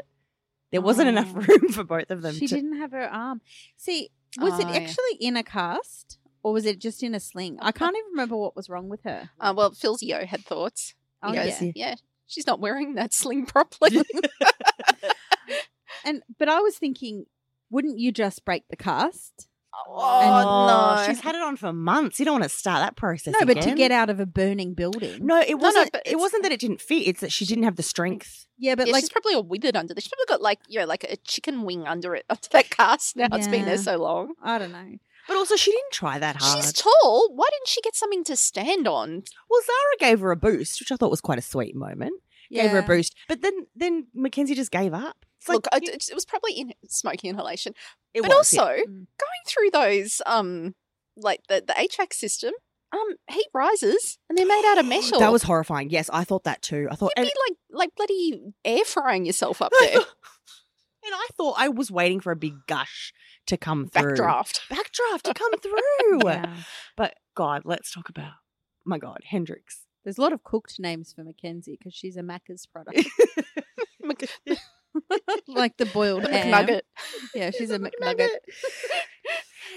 S4: there wasn't enough
S6: Oh.
S4: room for both of them.
S6: She
S4: to-
S6: didn't have her arm. See, was it
S5: Oh, yeah.
S6: actually in a cast or was it just in a sling? I can't even remember what was wrong with her.
S5: Uh, well, Phil's yo had thoughts. He
S6: Oh,
S5: goes,
S6: yeah.
S5: yeah. she's not wearing that sling properly.
S6: And but I was thinking, wouldn't you just break the cast?
S5: oh, no.
S4: She's had it on for months. You don't want to start that process.
S6: no, but to
S4: again.
S6: get out of a burning building.
S4: No, it
S5: no,
S4: wasn't.
S5: but
S4: it
S5: it's-
S4: wasn't that it didn't fit. It's that she didn't have the strength.
S6: Yeah, but
S5: yeah,
S6: like
S5: she's probably all withered under this. She's probably got like, you know, like a chicken wing under it, under that cast now. It's been there
S6: Yeah.
S5: so long.
S6: I don't know.
S4: But also, she didn't try that hard.
S5: She's tall. Why didn't she get something to stand on?
S4: well, Zara gave her a boost, which I thought was quite a sweet moment. Gave her a
S6: Yeah.
S4: boost, but then then Mackenzie just gave up. It's like,
S5: Look, I- it, it was probably in smoking inhalation.
S4: it
S5: but
S4: was, yeah.
S5: also
S6: Mm.
S5: going through those um like the, the HVAC system, um, heat rises and they're made out of metal.
S4: that was horrifying. Yes, I thought that too. I thought,
S5: You'd
S4: and,
S5: be like like bloody air frying yourself up there.
S4: and I thought I was waiting for a big gush to come through,
S5: Backdraft.
S4: backdraft to come through.
S6: Yeah.
S4: But God, let's talk about my God, Hendrix.
S6: There's a lot of cooked names for Mackenzie because she's a Macca's product,
S5: Mc-
S6: like the boiled ham.
S5: McNugget.
S6: Yeah, she's a McNugget.
S4: Nugget.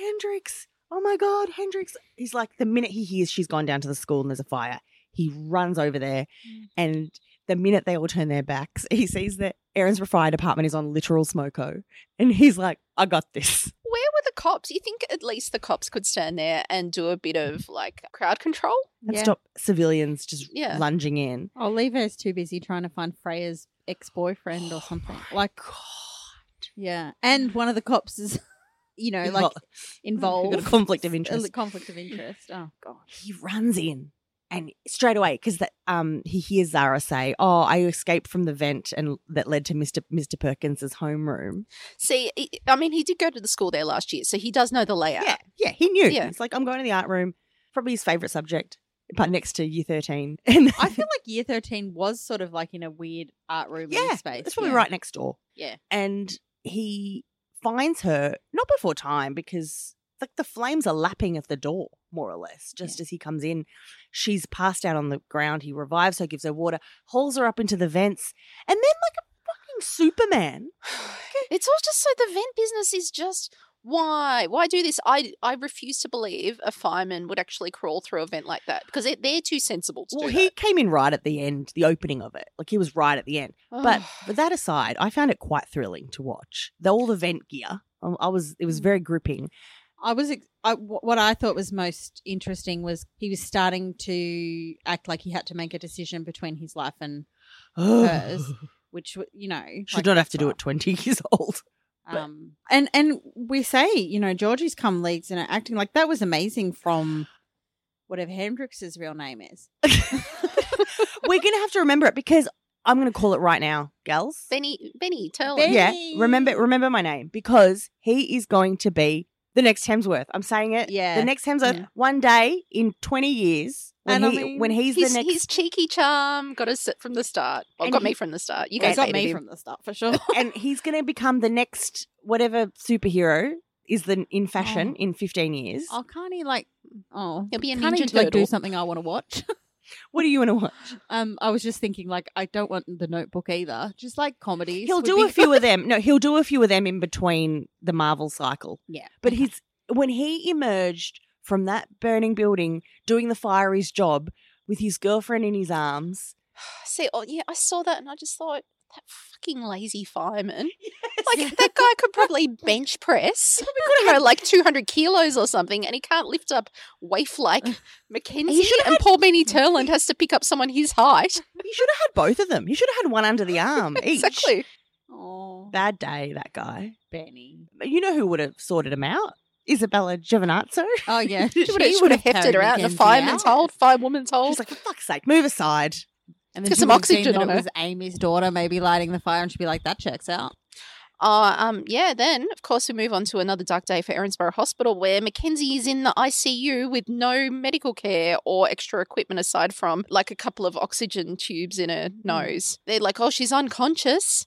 S4: Hendrix. Oh my God, Hendrix. He's like, the minute he hears she's gone down to the school and there's a fire, he runs over there.
S6: Mm.
S4: And the minute they all turn their backs, he sees that Aaron's fire department is on literal smoko. And he's like, I got this.
S5: Where were the cops? You think at least the cops could stand there and do a bit
S4: Mm-hmm.
S5: of like crowd control?
S4: And
S6: Yeah.
S4: stop civilians just
S5: Yeah.
S4: lunging in.
S6: Oliva's too busy trying to find Freya's ex-boyfriend
S4: Oh
S6: or something. Like,
S4: God.
S6: yeah, and one of the cops is, you know, like
S4: Invol-
S6: involved.
S4: Got a conflict of
S6: A
S4: interest.
S6: conflict of interest. Oh god.
S4: he runs in and straight away because um he hears Zara say, "Oh, I escaped from the vent and that led to Mister Mister Perkins's homeroom."
S5: See, he- I mean, he did go to the school there last year, so he does know the layout.
S4: Yeah, yeah, he knew.
S5: Yeah.
S4: It's like I'm going to the art room, probably his favorite subject, but next to year thirteen, and
S6: I feel like year thirteen was sort of like in a weird art room in
S4: Yeah,
S6: space.
S4: it's probably
S6: yeah.
S4: right next door.
S5: Yeah.
S4: and he finds her not before time because like the flames are lapping at the door more or less just as he comes in she's passed out on the ground he revives her gives her water hauls her up into the vents and then like a fucking superman
S5: It's all just so the vent business is just why why do this? I I refuse to believe a fireman would actually crawl through a vent like that because they- they're too sensible to
S4: well
S5: do
S4: he
S5: that.
S4: came in right at the end the opening of it like he was right at the end But
S5: Ugh.
S4: with that aside, I found it quite thrilling to watch. The, all the vent gear, I, I was it was very gripping.
S6: I was ex- I, wh- what I thought was most interesting was he was starting to act like he had to make a decision between his life and hers. which w- you know
S4: Should
S6: Uh, like,
S4: not have to do it 20 years old. but-
S6: um and and we say you know Georgie's come leagues in her acting like that was amazing from whatever Hendrix's real name is
S4: We're going to have to remember it because I'm going to call it right now, gals.
S5: Benny, Benny, tell
S6: Ben-
S5: him.
S4: Yeah.
S6: Benny.
S4: Remember remember my name because he is going to be the next Hemsworth. I'm saying it.
S6: Yeah.
S4: The next Hemsworth
S6: Yeah.
S4: one day in 20 years when,
S6: And I
S4: he,
S6: mean,
S4: when he's,
S5: He's,
S4: the next
S5: he's cheeky charm. Got us from the start. Well,
S4: And
S5: got
S4: he-
S5: me from the start. You
S6: you guys
S5: guys
S6: got
S5: hated
S6: me
S5: him.
S6: from the start for sure
S4: and he's going to become the next whatever superhero is the in fashion in 15 years.
S6: oh can't he like oh
S5: He'll be a
S6: can't
S5: ninja
S6: he like do
S5: turtle.
S6: something I want to watch
S4: What do you want to watch?
S6: um I was just thinking like I don't want the Notebook either just like comedies
S4: He'll
S6: would
S4: do
S6: be
S4: a few of them. No, he'll do a few of them in between the Marvel cycle.
S6: yeah
S4: But he's when he emerged from that burning building doing the fire his job with his girlfriend in his arms.
S5: See, oh yeah, I saw that and I just thought that fucking lazy fireman. Like that guy could probably bench press. you know, like two hundred kilos or something, and he can't lift up waif like Mackenzie.
S4: should've
S5: And Paul Benny Turland has to pick up someone his height.
S4: He should have had both of them. He should have had one under the arm each.
S5: Exactly.
S6: oh
S4: Bad day, that guy.
S6: Benny
S4: But You know who would have sorted him out? Isabella Giovinazzo.
S6: oh yeah
S5: She would have, she would have hefted her out in a fireman's hold, firewoman's hold.
S4: She's like, for fuck's sake, move aside.
S6: And
S5: Get
S6: she
S5: some
S6: would have seen
S5: oxygen
S6: that
S5: on
S6: it
S5: her.
S6: was Amy's daughter maybe lighting the fire, and she'd be like, "That checks out."
S5: Uh, um, yeah, then, of course, we move on to another dark day for Erinsborough Hospital where Mackenzie is in the ICU with no medical care or extra equipment aside from like a couple of oxygen tubes in
S4: Hmm.
S5: her nose. They're like, oh, she's unconscious.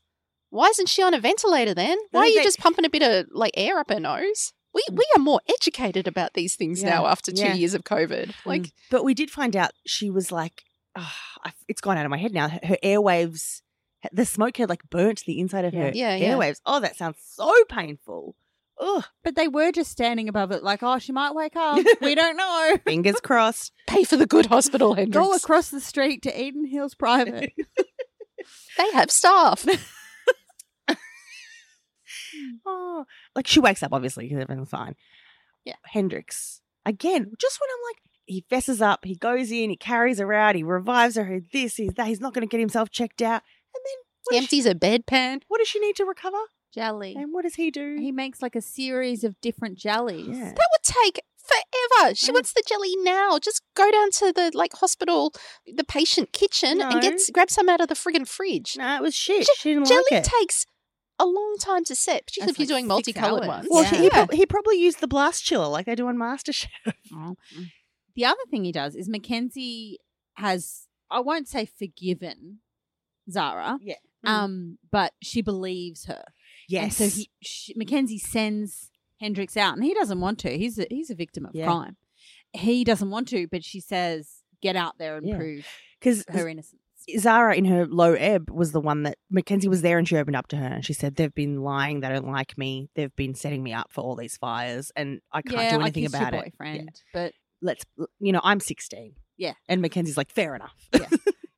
S5: Why isn't she on a ventilator then? Why are
S4: think
S5: you
S4: they-
S5: just pumping a bit of like air up her nose? We, we are more educated about these things
S4: Hmm. Yeah,
S5: now after two
S4: yeah. Hmm.
S5: years of COVID. Like,
S4: Mm. But we did find out she was like, oh, I, it's gone out of my head now. Her, her airwaves, the smoke had like burnt the inside of her
S5: Yeah, yeah.
S4: airwaves. Oh, that sounds so painful. Ugh,
S6: But they were just standing above it, like, "Oh, she might wake up. we don't know."
S4: fingers crossed.
S5: pay for the good hospital, Hendrix.
S6: Go across the street to Eden Hills Private.
S5: They have staff.
S4: Oh, like she wakes up obviously because everything's fine.
S5: Yeah.
S4: Hendrix again. Just when I'm like, he fesses up, he goes in, he carries her out, he revives her. He this, he's that. He's not going to get himself checked out. And then what,
S5: He
S4: does she,
S5: empties a bedpan.
S4: what does she need to recover?
S6: Jelly.
S4: And what does he do?
S6: He makes like a series of different jellies.
S4: yeah.
S5: That would take forever. She
S4: Mm.
S5: wants the jelly now. Just go down to the like hospital, the patient kitchen, and get
S4: No.
S5: grab some out of the friggin' fridge.
S4: No, it was shit.
S5: Je-
S4: she didn't
S5: jelly
S4: like it.
S5: takes a long time to set, particularly
S6: That's
S5: if you're
S6: like
S5: doing
S6: six
S5: multicolored
S6: hours.
S5: ones.
S4: Well,
S6: Yeah.
S4: he, he, prob- he probably used the blast chiller like they do on MasterChef.
S6: Oh.
S4: Mm.
S6: The other thing he does is Mackenzie has, I won't say forgiven Zara.
S4: Yeah.
S5: Mm.
S6: Um, but she believes her. And so he, she, Mackenzie sends Hendrix out, and he doesn't want to. He's a, he's a victim of
S4: Yeah.
S6: crime. He doesn't want to, but she says, "Get out there and
S4: Yeah.
S6: prove
S4: Because
S6: her innocence."
S4: Zara, in her low ebb, was the one that Mackenzie was there and she opened up to her and she said, They've been lying. They don't like me. They've been setting me up for all these fires and I can't
S6: yeah,
S4: do anything
S6: I kissed
S4: about
S6: your
S4: it.
S6: boyfriend,
S4: Yeah.
S6: but
S4: Let's, you know, I'm 16.
S6: Yeah.
S4: And Mackenzie's like, Fair enough.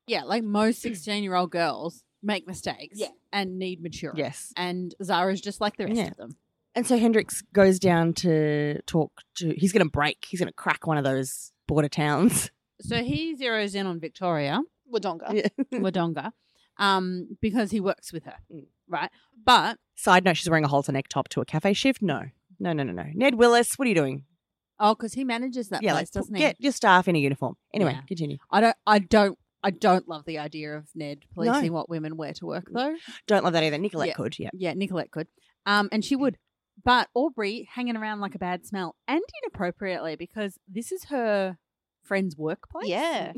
S6: yeah, like most sixteen-year-old girls make mistakes,
S4: Yeah.
S6: and need maturing.
S4: yes.
S6: and Zara's just like the rest
S4: Yeah.
S6: of them.
S4: And so Hendrix goes down to talk to, he's going to break, he's going to crack one of those border towns.
S6: So he zeroes in on Victoria,
S5: Wodonga.
S6: Wodonga, um, because he works with her,
S4: Mm.
S6: right? But
S4: Side note, she's wearing a halter neck top to a cafe shift. No, no, no, no, no. Ned Willis, what are you doing?
S6: oh, because he manages that place,
S4: like,
S6: doesn't he?
S4: get your staff in a uniform. Anyway,
S6: Yeah.
S4: continue.
S6: I don't. I don't. I don't love the idea of Ned
S4: No. Mm.
S6: policing what women wear to work, though.
S4: Don't love that either. Nicolette
S6: Yeah.
S4: could, yeah.
S6: Yeah, Nicolette could, um, and
S4: Mm.
S6: she would. But Aubrey hanging around like a bad smell and inappropriately because this is her friend's workplace.
S5: Yeah.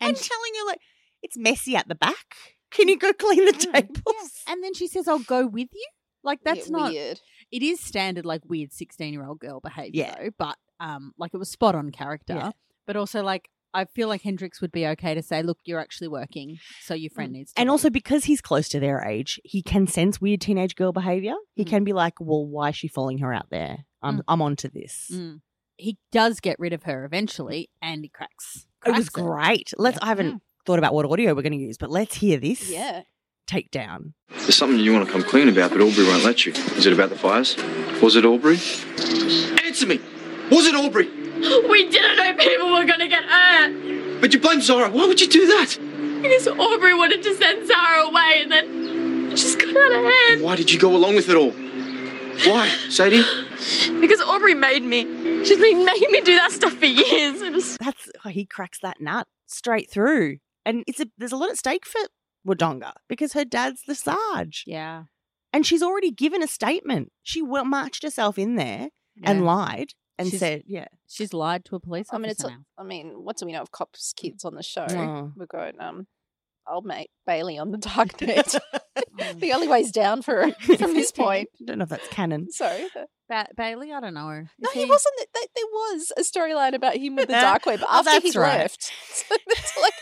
S4: And, telling her like it's messy at the back. Can you go clean the
S6: Mm. Yeah.
S4: tables?
S6: and then she says, "I'll go with you." Like that's
S5: Yeah,
S6: not.
S5: weird.
S6: It is standard like weird sixteen-year-old girl behavior,
S4: Yeah.
S6: though. But um, like it was spot on character,
S4: Yeah.
S6: but also like. I feel like Hendrix would be okay to say, "Look, you're actually working, so your friend needs to."
S4: Mm. And
S6: leave."
S4: also because he's close to their age, he can sense weird teenage girl behavior. He
S6: Mm.
S4: can be like, "Well, why is she following her out there? I'm
S6: Mm.
S4: I'm onto this."
S6: Mm. He does get rid of her eventually, and he cracks.
S4: It was
S6: cracks
S4: great. Let's. I haven't thought about what audio we're going to use, but let's hear this
S5: Yeah.
S4: takedown.
S8: There's something you want to come clean about, but Aubrey won't let you. Is it about the fires? Was it Aubrey? Answer me! Was it Aubrey?
S11: We didn't know people were gonna get hurt.
S8: But you blame Zara. Why would you do that?
S12: Because Aubrey wanted to send Zara away and then it just got out of hand.
S8: Why did you go along with it all? Why, Sadie?
S12: Because Aubrey made me. She's been making me do that stuff for years. It was-
S4: That's oh, he cracks that nut straight through, and it's a, there's a lot at stake for Wodonga because her dad's the Sarge.
S6: Yeah,
S4: and she's already given a statement. She well marched herself in there
S6: Yeah.
S4: and lied and
S6: She's-
S4: said, "Yeah,
S6: she's lied to a police officer
S5: I mean, it's.
S6: now.
S5: I mean, what do we know of cops' kids on the show?
S6: Oh.
S5: We've got um, old mate Bailey on the dark net. the only way's down for her from this point.
S4: I don't know if that's canon."
S5: Sorry. but-
S6: Ba- Bailey, I don't know.
S5: No, he, wasn't. th- th- There was a storyline about him with the dark web
S4: Oh,
S5: after he
S4: that's right.
S5: left. So it's like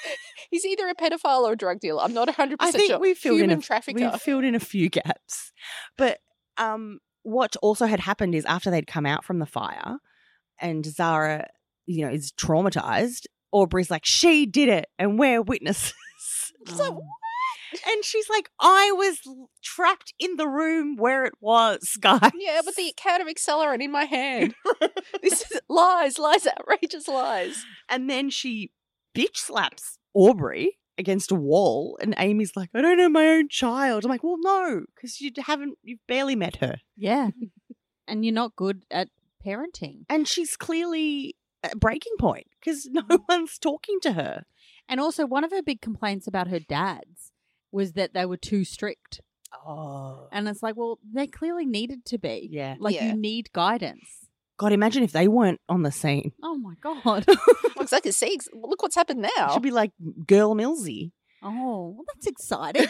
S5: he's either a pedophile or a drug dealer. I'm not 100
S4: I
S5: percent
S4: think
S5: sure.
S4: we filled
S5: Human
S4: in a,
S5: trafficker.
S4: We filled in a few gaps, but um, what also had happened is after they'd come out from the fire, and Zara, you know, is traumatized. Aubrey's like, "She did it, and we're witnesses." It's
S6: Um,
S4: like, and she's like, "I was l- trapped in the room where it was, guy."
S5: yeah, with the can of accelerant in my hand. this is lies, lies, outrageous lies.
S4: And then she bitch slaps Aubrey against a wall, and Amy's like, "I don't know my own child." I'm like, "Well, no, because you haven't, you've barely met her."
S6: Yeah, and you're not good at parenting.
S4: and she's clearly at breaking point because no one's talking to her.
S6: And also, one of her big complaints about her dad's was that they were too strict.
S4: Oh,
S6: And it's like, well, they clearly needed to be.
S4: Yeah.
S6: Like,
S5: Yeah.
S6: you need guidance.
S4: God! Imagine if they weren't on the scene.
S6: Oh, my God.
S5: Looks like a see. ex- Look what's happened now.
S4: She'd be like girl Millsy.
S6: oh, well, that's exciting.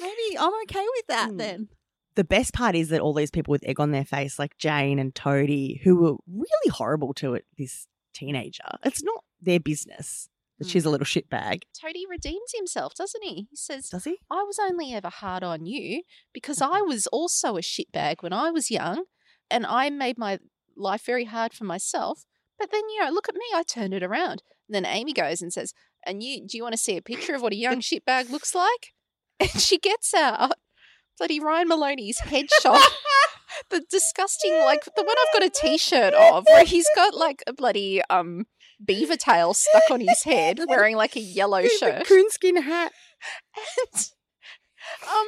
S6: Maybe I'm okay with that
S4: Mm.
S6: then.
S4: The best part is that all these people with egg on their face, like Jane and Toadie, who were really horrible to it, this teenager. It's not their business that she's a little shitbag.
S5: Toadie redeems himself, doesn't he? He says,
S4: Does he?
S5: I was only ever hard on you because I was also a shitbag when I was young and I made my life very hard for myself. But then, you know, look at me, I turned it around. And then Amy goes and says, And you, do you want to see a picture of what a young shitbag looks like? And she gets out bloody Ryan Maloney's headshot. the disgusting, like the one I've got a t shirt of where he's got like a bloody um, beaver tail stuck on his head wearing like a
S6: Oh,
S5: yellow
S4: With the
S5: shirt.
S4: coonskin hat.
S5: And um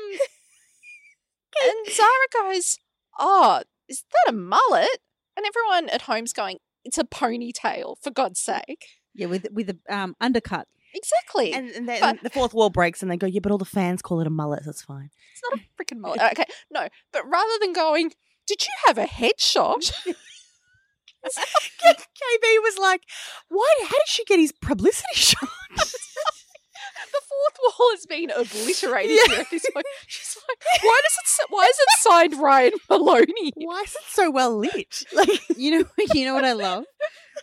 S5: and Zara goes, Oh, is that a mullet? And everyone at home's going, It's a ponytail, for God's sake.
S6: Yeah, with with a um, undercut.
S5: Exactly.
S4: And, and then
S5: But-
S4: the fourth wall breaks, and they go, "Yeah, but all the fans call it a mullet. That's fine."
S5: it's not a freaking mullet. Okay, no. But rather than going, Did you have a headshot?
S4: K- KB was like, "Why? How did she get his publicity shot?"
S5: the fourth wall has been obliterated here at this point. She's like, Why does it s- why is it signed Ryan Maloney?
S4: Why is it so well lit? Like
S6: You know, you know what I love.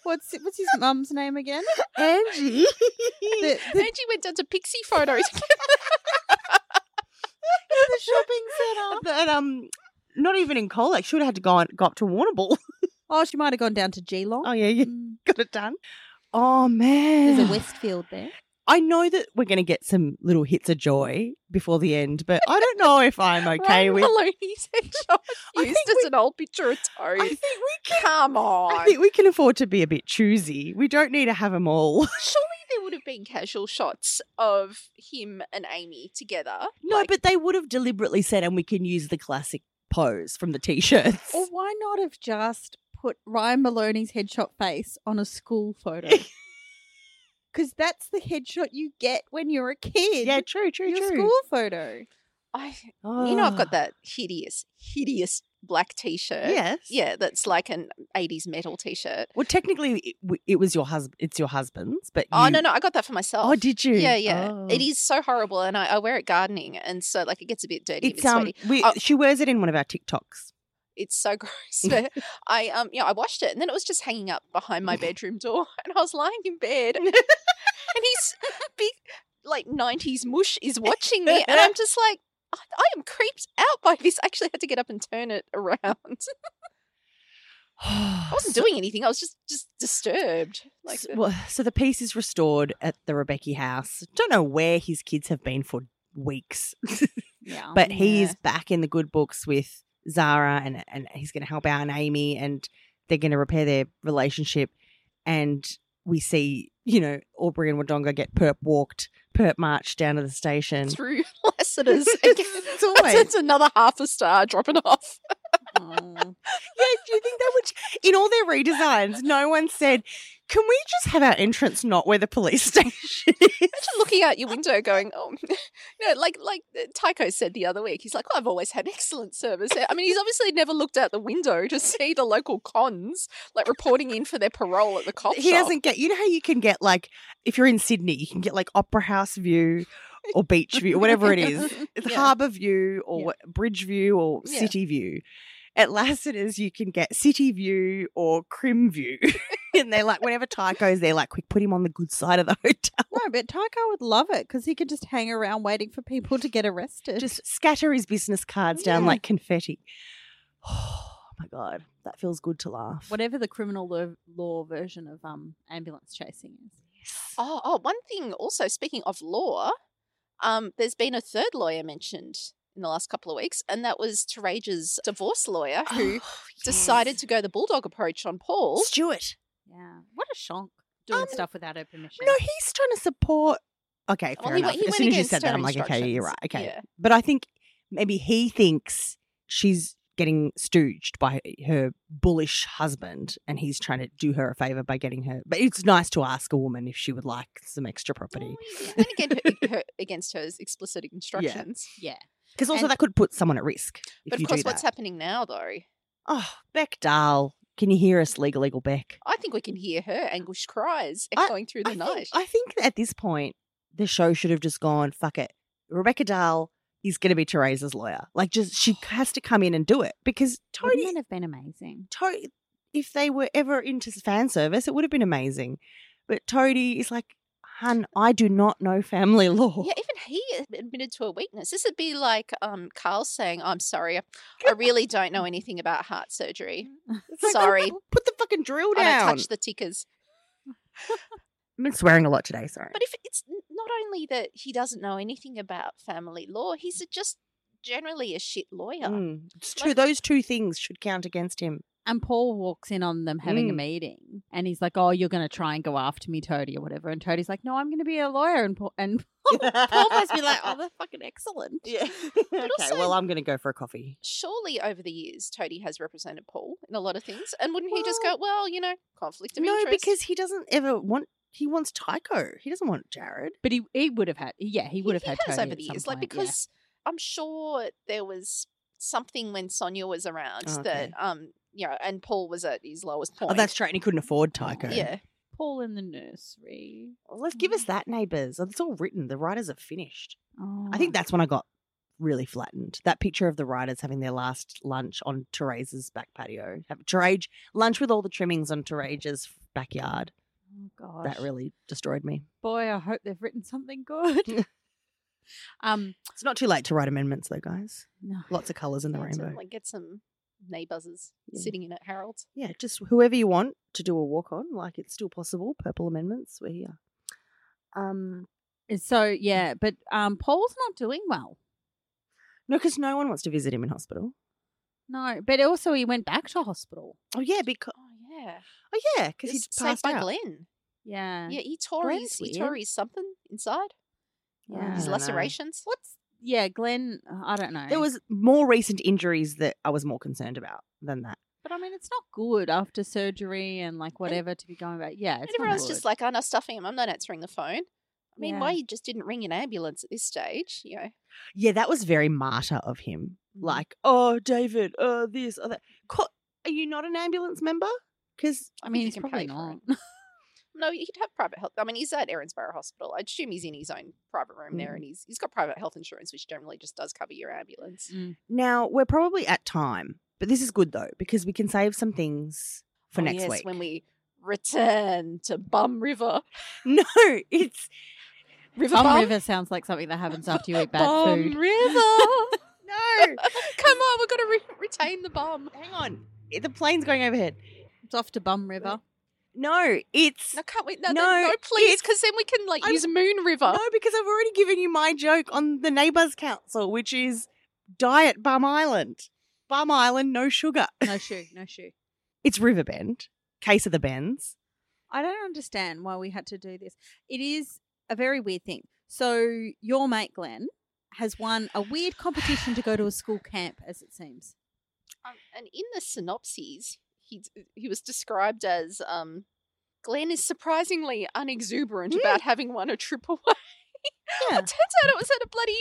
S6: What's what's his mum's name again?
S4: Angie.
S6: The, the,
S5: Angie went down to Pixie Photos.
S6: the shopping centre.
S4: that um not even in Colac. She would have had to go on, go up to Warrnambool.
S6: Oh, she might have gone down to Geelong.
S4: Oh yeah, you
S6: Mm.
S4: got it done. Oh man.
S6: There's a Westfield there.
S4: I know that we're gonna get some little hits of joy before the end, but I don't know if I'm okay
S5: Ryan
S4: with
S5: Maloney's headshot
S4: I
S5: used
S4: think
S5: as an old picture of Toad.
S4: I think we can
S5: Come on.
S4: I think we can afford to be a bit choosy. We don't need to have them all.
S5: Surely there would have been casual shots of him and Amy together.
S4: No,
S5: like-
S4: but they would have deliberately said and we can use the classic pose from the t-shirts.
S6: Or why not have just put Ryan Maloney's headshot face on a school photo? Because that's the headshot you get when you're a kid.
S4: Yeah, true, true,
S6: your
S4: true.
S6: school photo.
S5: I, you know, I've
S4: Oh.
S5: got that hideous, hideous black T-shirt.
S4: Yes.
S5: yeah, that's like an '80s metal T-shirt.
S4: Well, technically, it, w- it was your husband. It's your husband's, but
S5: Oh
S4: you-
S5: no, no, I got that for myself.
S4: Oh, did you?
S5: Yeah, yeah.
S4: Oh.
S5: It is so horrible, and I, I wear it gardening, and so like it gets a bit dirty.
S4: It's
S5: a bit
S4: um.
S5: sweaty.
S4: We,
S5: Oh.
S4: She wears it in one of our TikToks.
S5: it's so gross. But I um yeah, I washed it and then it was just hanging up behind my bedroom door and I was lying in bed and he's big like nineties mush is watching me and I'm just like I, I am creeped out by this. I actually had to get up and turn it around. I
S4: I
S5: wasn't doing anything. I was just just disturbed. Like uh,
S4: so, well, so the piece is restored at the Rebecca house. Don't know where his kids have been for weeks,
S6: Um, Yeah.
S4: but he is back in the good books with Zara, and and he's going to help out and Amy, and they're going to repair their relationship. And we see you know, Aubrey and Wodonga get perp walked, perp marched down to the station.
S5: through Lassiter's. it's, it's another half a star dropping off.
S4: Yeah, do you think that would in all their redesigns, no one said, Can we just have our entrance not where the police station is?
S5: Imagine looking out your window, going, "Oh, no!" Like like uh, Tycho said the other week, he's like, oh, "I've always had excellent service." I mean, he's obviously never looked out the window to see the local cons like reporting in for their parole at the cop
S4: He
S5: shop.
S4: doesn't get you know how you can get like if you're in Sydney, you can get like opera house view or beach view or whatever it is. It's
S5: Yeah.
S4: harbour view or what- bridge view or
S5: Yeah.
S4: city view. At Lassiter's you can get city view or crim view. and they're like whenever Ty goes they're like, quick, put him on the good side of the hotel.
S6: No, but Tycho would love it because he could just hang around waiting for people to get arrested.
S4: Just scatter his business cards down
S6: Yeah.
S4: like confetti. Oh my god. That feels good to laugh.
S6: whatever the criminal law, law version of um ambulance chasing is.
S5: Oh, oh, one thing also, speaking of law, um, there's been a third lawyer mentioned in the last couple of weeks, and that was Tarage's divorce lawyer who
S4: Oh,
S5: decided to go the bulldog approach on Paul.
S4: Stuart.
S6: Yeah. What a shonk. Doing stuff without her permission.
S4: No, he's trying to support. Okay,
S6: Well,
S4: fair
S6: he
S4: enough.
S6: went- he
S4: as
S6: went
S4: soon as you
S6: against
S4: said that,
S6: her
S4: I'm like, okay, you're right. Okay,
S6: instructions. Yeah.
S4: but I think maybe he thinks she's getting stooged by her bullish husband, and he's trying to do her a favor by getting her. But it's nice to ask a woman if she would like some extra property,
S5: Oh, And again, her, e, her, against her explicit instructions.
S6: Yeah.
S4: because also
S5: Mm, And-
S4: that could put someone at risk. If
S5: But
S4: you
S5: of course,
S4: do
S5: what's
S4: that.
S5: happening now, though?
S4: Oh, Beck Dahl, can you hear us, legal eagle Beck?
S5: I think we can hear her anguished cries
S4: I-
S5: echoing through the
S4: I
S5: night.
S4: Think, I think at this point, the show should have just gone, fuck it. Rebecca Dahl is going to be Teresa's lawyer. Like, just she has to come in and do it because
S6: Wouldn't
S4: Tony,
S6: it have been amazing?
S4: Tony if they were ever into fan service, it would have been amazing. But Toadie is like, hun, I do not know family law.
S5: Yeah, even he ad- admitted to a weakness. This would be like um, Carl saying, "I'm sorry, I really don't know anything about heart surgery.
S4: It's like,
S5: Sorry,
S4: Put the fucking drill
S5: I don't
S4: down.
S5: touch the tickers."
S4: I've been swearing a lot today, sorry.
S5: But if it's n- not only that he doesn't know anything about family law, he's a- just generally a shit lawyer.
S4: Mm, it's true. Those two things should count against him.
S6: And Paul walks in on them having a
S4: Mm.
S6: meeting, and he's like, "Oh, you're going to try and go after me, Toadie, or whatever." And Toadie's like, "No, I'm going to be a lawyer." And Paul, and Paul must be like, "Oh, they're fucking excellent."
S4: Yeah. okay,
S5: also-
S4: well, I'm going to go for a coffee.
S5: Surely, over the years, Toadie has represented Paul in a lot of things, and wouldn't he just go, "Well, you know, conflict of
S4: no,
S5: interest"?
S4: because he doesn't ever want. He wants Tycho. He doesn't want Jared.
S6: But he he would have had, yeah, he would have had
S5: has
S6: Toadie
S5: over
S6: at
S5: the
S6: some
S5: years, like
S6: point, yeah.
S5: because I'm sure there was something when Sonia was around
S4: Oh,
S5: that
S4: okay.
S5: um you know, and Paul was at his lowest point.
S4: Oh, that's right. And he couldn't afford Tycho. Mm.
S5: Yeah.
S6: Paul in the nursery.
S4: Well, let's give us that, neighbours. It's all written. The writers are finished.
S6: Oh.
S4: I think that's when I got really flattened. That picture of the writers having their last lunch on Teresa's back patio. Have Terage lunch with all the trimmings on Teresa's backyard.
S6: Oh, gosh.
S4: That really destroyed me.
S6: Boy, I hope they've written something good. um,
S4: It's not too late to write amendments, though, guys.
S6: no.
S4: Lots of colours in the
S5: Yeah, to,
S4: rainbow.
S5: Like get some nay buzzers
S4: Yeah.
S5: sitting in at Harold's.
S4: Yeah, just whoever you want to do a walk on, like it's still possible. Purple amendments, we're here. Um,
S6: uh, So yeah, but um, Paul's not doing well.
S4: no, because no one wants to visit him in hospital.
S6: No, but also he went back to hospital.
S4: Oh yeah, because
S5: Oh yeah.
S4: oh yeah, because he's
S5: It's saved
S4: passed
S5: by
S4: out.
S5: Glenn.
S6: Yeah.
S5: Yeah, he tore his
S6: Glenn's
S5: he
S6: weird.
S5: tore his something inside.
S4: I
S5: His
S4: don't know.
S5: lacerations.
S6: What's yeah, Glenn? uh, I don't know.
S4: There was more recent injuries that I was more concerned about than that.
S6: but I mean, it's not good after surgery and like whatever to be going back. Yeah, it's
S5: and
S6: not
S5: everyone's
S6: good.
S5: just like, I'm not stuffing him, I'm not answering the phone. I mean, why
S6: Yeah.
S5: you just didn't ring an ambulance at this stage, you know.
S4: Yeah, that was very martyr of him.
S5: Mhm.
S4: Like, oh, David, oh, this, oh, that. Co- Are you not an ambulance member? Because
S6: I
S5: think
S6: mean,
S5: he
S6: he's
S5: can
S6: probably
S5: pay for
S6: not.
S5: it. No, he'd have private health. I mean, he's at Erinsborough Hospital. I assume he's in his own private room there,
S4: Mm.
S5: and he's he's got private health insurance, which generally just does cover your ambulance.
S6: Mm.
S4: now we're probably at time, but this is good though because we can save some things for
S5: Oh,
S4: next
S5: yes,
S4: week.
S5: when we return to Bum River,
S4: No, it's
S5: River
S6: Bum
S5: Bum,
S6: River sounds like something that happens after you eat bad
S5: Bum
S6: food.
S5: River.
S4: no.
S5: Come on, we've got to re- retain the bum.
S4: Hang on, the plane's going overhead.
S6: It's off to Bum River.
S4: No, it's
S5: No, can't we? No, no,
S4: No,
S5: no please,
S4: it's-
S5: because then we can like
S4: I'm-
S5: use Moon River.
S4: no because I've already given you my joke on the Neighbours Council, which is diet Bum Island, Bum Island, no sugar.
S6: No shoe, no shoe.
S4: It's Riverbend, Case of the Bends.
S6: I don't understand why we had to do this. It is a very weird thing. So your mate Glenn has won a weird competition to go to a school camp, as it seems.
S5: Um, and in the synopses, he uh, he was described as um, Glenn is surprisingly unexuberant
S4: Hmm.
S5: about having won a trip away.
S6: Yeah.
S5: it turns out it was at a bloody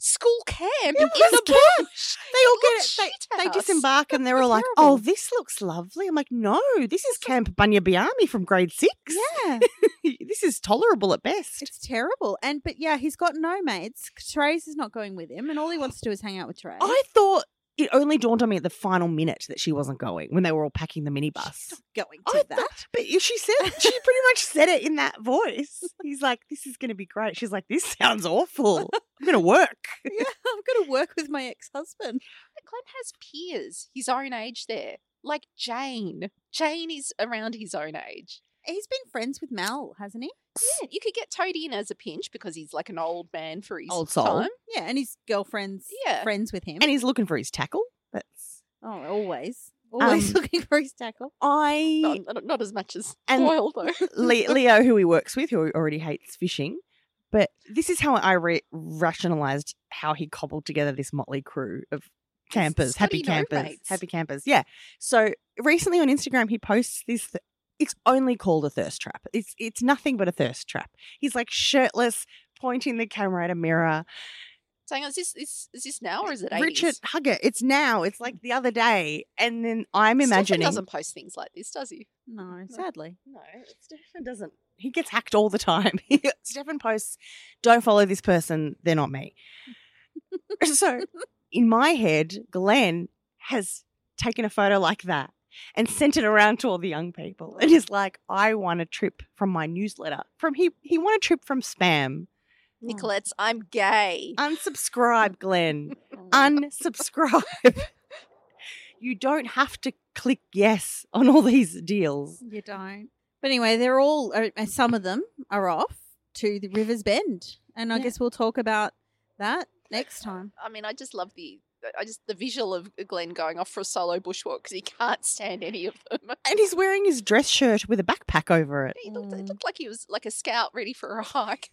S5: school camp in
S4: It was
S5: the
S4: a camp.
S5: bush.
S4: They all
S5: It
S4: get it.
S5: looked
S4: They, they
S5: shit house.
S4: disembark and they're all like, "Oh, this looks lovely." I'm like, "No, this is Camp Bunyabiami from grade six.
S6: Yeah,
S4: this is tolerable at best."
S6: it's terrible. And but yeah, he's got no mates. Therese is not going with him, and all he wants to do is hang out with Therese.
S4: I thought it only dawned on me at the final minute that she wasn't going when they were all packing the minibus.
S6: going to that.
S4: But if she said she pretty much said it in that voice. He's like, "This is going to be great." She's like, "This sounds awful. I'm going to work."
S6: yeah, I'm going to work with my ex-husband.
S5: But Glenn has peers his own age there, like Jane. Jane is around his own age.
S6: He's been friends with Mal, hasn't he?
S5: Yeah, you could get Toadie in as a pinch because he's like an old man for his
S4: Old soul.
S5: time.
S6: Yeah, and his girlfriend's
S5: Yeah.
S6: friends with him.
S4: And he's looking for his tackle. That's
S6: oh, always, always
S4: Um,
S6: looking for his tackle.
S4: I
S5: Not, not- not as much as
S4: And-
S5: Boyle though.
S4: Le- Leo, who he works with, who already hates fishing. But this is how I re- rationalized how he cobbled together this motley crew of campers, happy
S5: Study
S4: campers,
S5: roommates.
S4: happy campers. Yeah. So recently on Instagram, he posts this. Th- it's only called a thirst trap. It's it's nothing but a thirst trap. He's like shirtless, pointing the camera at a mirror.
S5: So hang on, is this is, is this now or is it 80s?
S4: Richard Hugger. It's now. It's like the other day, and then I'm
S5: Stefan
S4: imagining
S5: doesn't post things like this, does he?
S6: No, sadly.
S5: No,
S4: Stefan doesn't. He gets hacked all the time. Stefan posts, "Don't follow this person. They're not me." so, in my head, Glenn has taken a photo like that and sent it around to all the young people, and is like, "I want a trip from my newsletter. From he he won a trip from spam.
S5: Nicolette's I'm gay.
S4: Unsubscribe, Glenn. Unsubscribe. you don't have to click yes on all these deals."
S6: You don't. But anyway, they're all, or uh, some of them are off to the River's Bend. And I
S5: Yeah.
S6: guess we'll talk about that next time.
S5: I mean, I just love the I just the visual of uh, Glenn going off for a solo bushwalk because he can't stand any of them.
S4: And he's wearing his dress shirt with a backpack over it.
S5: He looked, it looked like he was like a scout ready for a hike.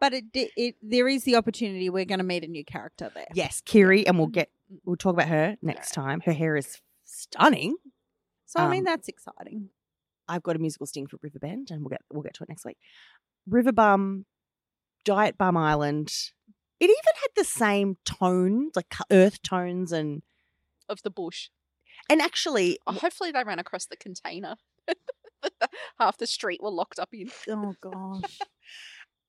S6: But it, di- it there is the opportunity we're going to meet a new character there.
S4: Yes, Kiri, and we'll get we'll talk about her next time. Her hair is stunning.
S6: So, I mean,
S4: Um,
S6: that's exciting.
S4: I've got a musical sting for Riverbend, and we'll get we'll get to it next week. Riverbum, Diet Bum Island. It even had the same tone, like co- earth tones, and
S5: Of the bush.
S4: and actually,
S5: Oh, hopefully they ran across the container. Half the street were locked up in.
S6: Oh, gosh.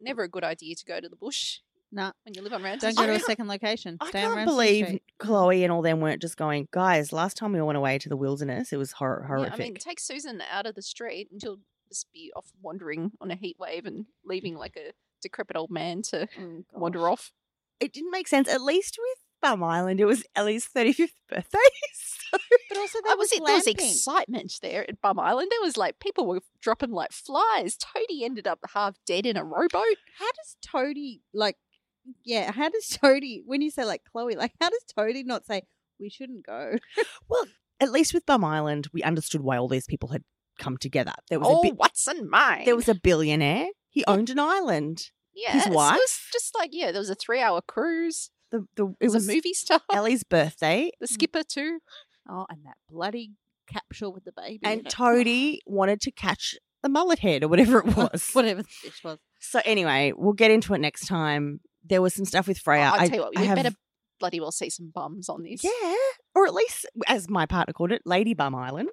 S5: Never a good idea to go to the bush
S6: no,
S5: when you live on Ramsey
S6: don't go to a
S5: Street.
S6: second location.
S4: I
S6: Stay on
S4: can't
S6: Ramsey
S4: believe
S6: Street.
S4: Chloe and all them weren't just going, guys. Last time we went away to the wilderness, it was hor-
S5: Yeah,
S4: horrific.
S5: I mean, take Susan out of the street and she'll just be off wandering on a heat wave and leaving like a decrepit old man to
S6: Oh, gosh.
S5: wander off.
S4: it didn't make sense. At least with Bum Island, it was Ellie's thirty fifth birthday. So
S6: But also,
S5: I
S6: that was,
S5: was, it, there was
S6: glamping.
S5: excitement there at Bum Island. There was like people were dropping like flies. Toadie ended up half dead in a rowboat.
S6: How does Toadie, like, yeah, how does Toadie, when you say like Chloe, like, how does Toadie not say, we shouldn't go?
S4: at least with Bum Island, we understood why all these people had come together. There was
S5: oh,
S4: a bi-
S5: Watson, mine.
S4: there was a billionaire. He owned an island.
S5: yeah,
S4: his
S5: so it was
S4: wife?
S5: just like yeah, there was a three-hour cruise.
S4: The the
S5: It was, a movie star.
S4: Ellie's birthday,
S5: The skipper too.
S6: Oh, and that bloody capsule with the baby. in
S4: and
S6: it.
S4: Toadie wanted to catch the mullet head or whatever it was.
S6: Whatever the fish was.
S4: so anyway, we'll get into it next time. There was some stuff with Freya.
S5: I, I tell you what,
S4: I
S5: we
S4: have-
S5: better bloody well see some bums on this.
S4: yeah, or at least as my partner called it, Lady Bum Island.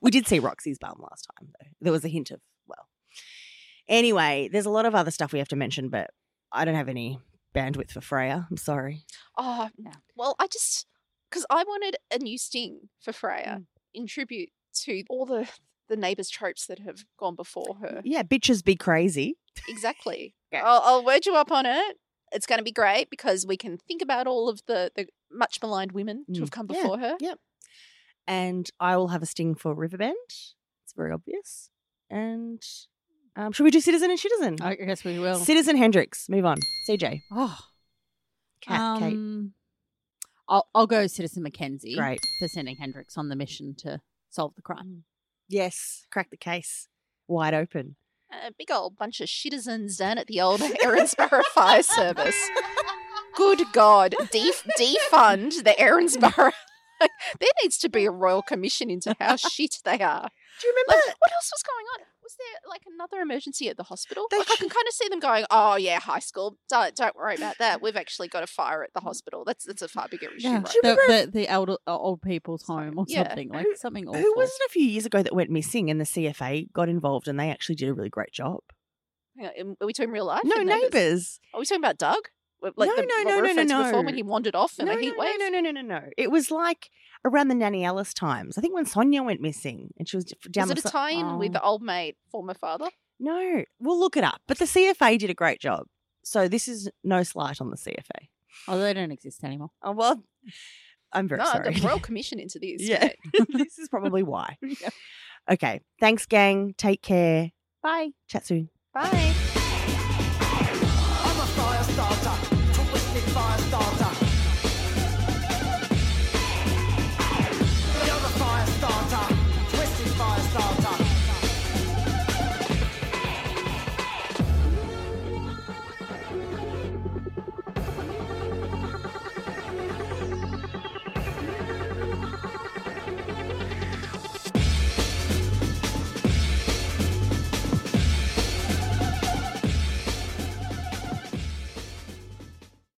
S4: we did see Roxy's bum last time, though. There was a hint of well. Anyway, there's a lot of other stuff we have to mention, but I don't have any bandwidth for Freya. I'm sorry.
S5: Oh,
S6: Yeah.
S5: well, I just because I wanted a new sting for Freya
S4: Mm.
S5: in tribute to all the the neighbours tropes that have gone before her.
S4: Yeah, bitches be crazy.
S5: Exactly.
S4: Okay.
S5: I'll, I'll word you up on it. It's going to be great because we can think about all of the, the much maligned women to have
S4: Mm.
S5: come
S4: Yeah.
S5: before her.
S4: and I will have a sting for Riverbend. It's very obvious. And um, should we do Citizen and Citizen?
S6: I guess we will.
S4: Citizen Hendrix. Move on. CJ.
S6: oh,
S4: Cat. Kate.
S6: um, I'll, I'll go Citizen Mackenzie
S4: Great.
S6: for sending Hendrix on the mission to solve the crime.
S4: Yes, crack the case wide open.
S5: A big old bunch of citizens down at the old Erinsborough Fire Service. Good God, def- defund the Erinsborough. Like, there needs to be a royal commission into how shit they are.
S4: Do you
S5: Like, what else was going on? Was there like another emergency at the hospital? like, I can kind of see them going, "Oh yeah, high school. Don't, don't worry about that. We've actually got a fire at the
S4: Mm.
S5: hospital. That's that's a far bigger issue."
S6: Yeah,
S5: right
S6: the,
S5: now."
S6: the, the elder, uh, old people's home or
S5: Yeah.
S6: something like
S4: Who-
S6: something awful.
S4: Who was it a few years ago that went missing and the CFA got involved and they actually did a really great job?
S5: Hang on, am- Are we talking real life?
S4: No
S5: The
S4: neighbours.
S5: Are we talking about Doug? Like
S4: No,
S5: the,
S4: no,
S5: what
S4: no,
S5: we
S4: no, no,
S5: referenced Before
S4: no.
S5: when he wandered off in
S4: No,
S5: the heat
S4: no,
S5: wave.
S4: no, no, no, no, no, no. It was like around the Nanny Alice times. I think when Sonia went missing and she was f- down
S5: Was it
S4: the oh.
S5: a tie-in with the old mate, former father?
S4: No, we'll look it up. But the CFA did a great job. So this is no slight on the CFA.
S6: Oh, they don't exist anymore.
S4: Oh well, I'm very
S5: no,
S4: sorry.
S5: the royal commission into this.
S4: yeah,
S5: mate.
S4: this is probably why. Okay, thanks, gang. Take care.
S6: Bye.
S4: Chat soon.
S5: Bye.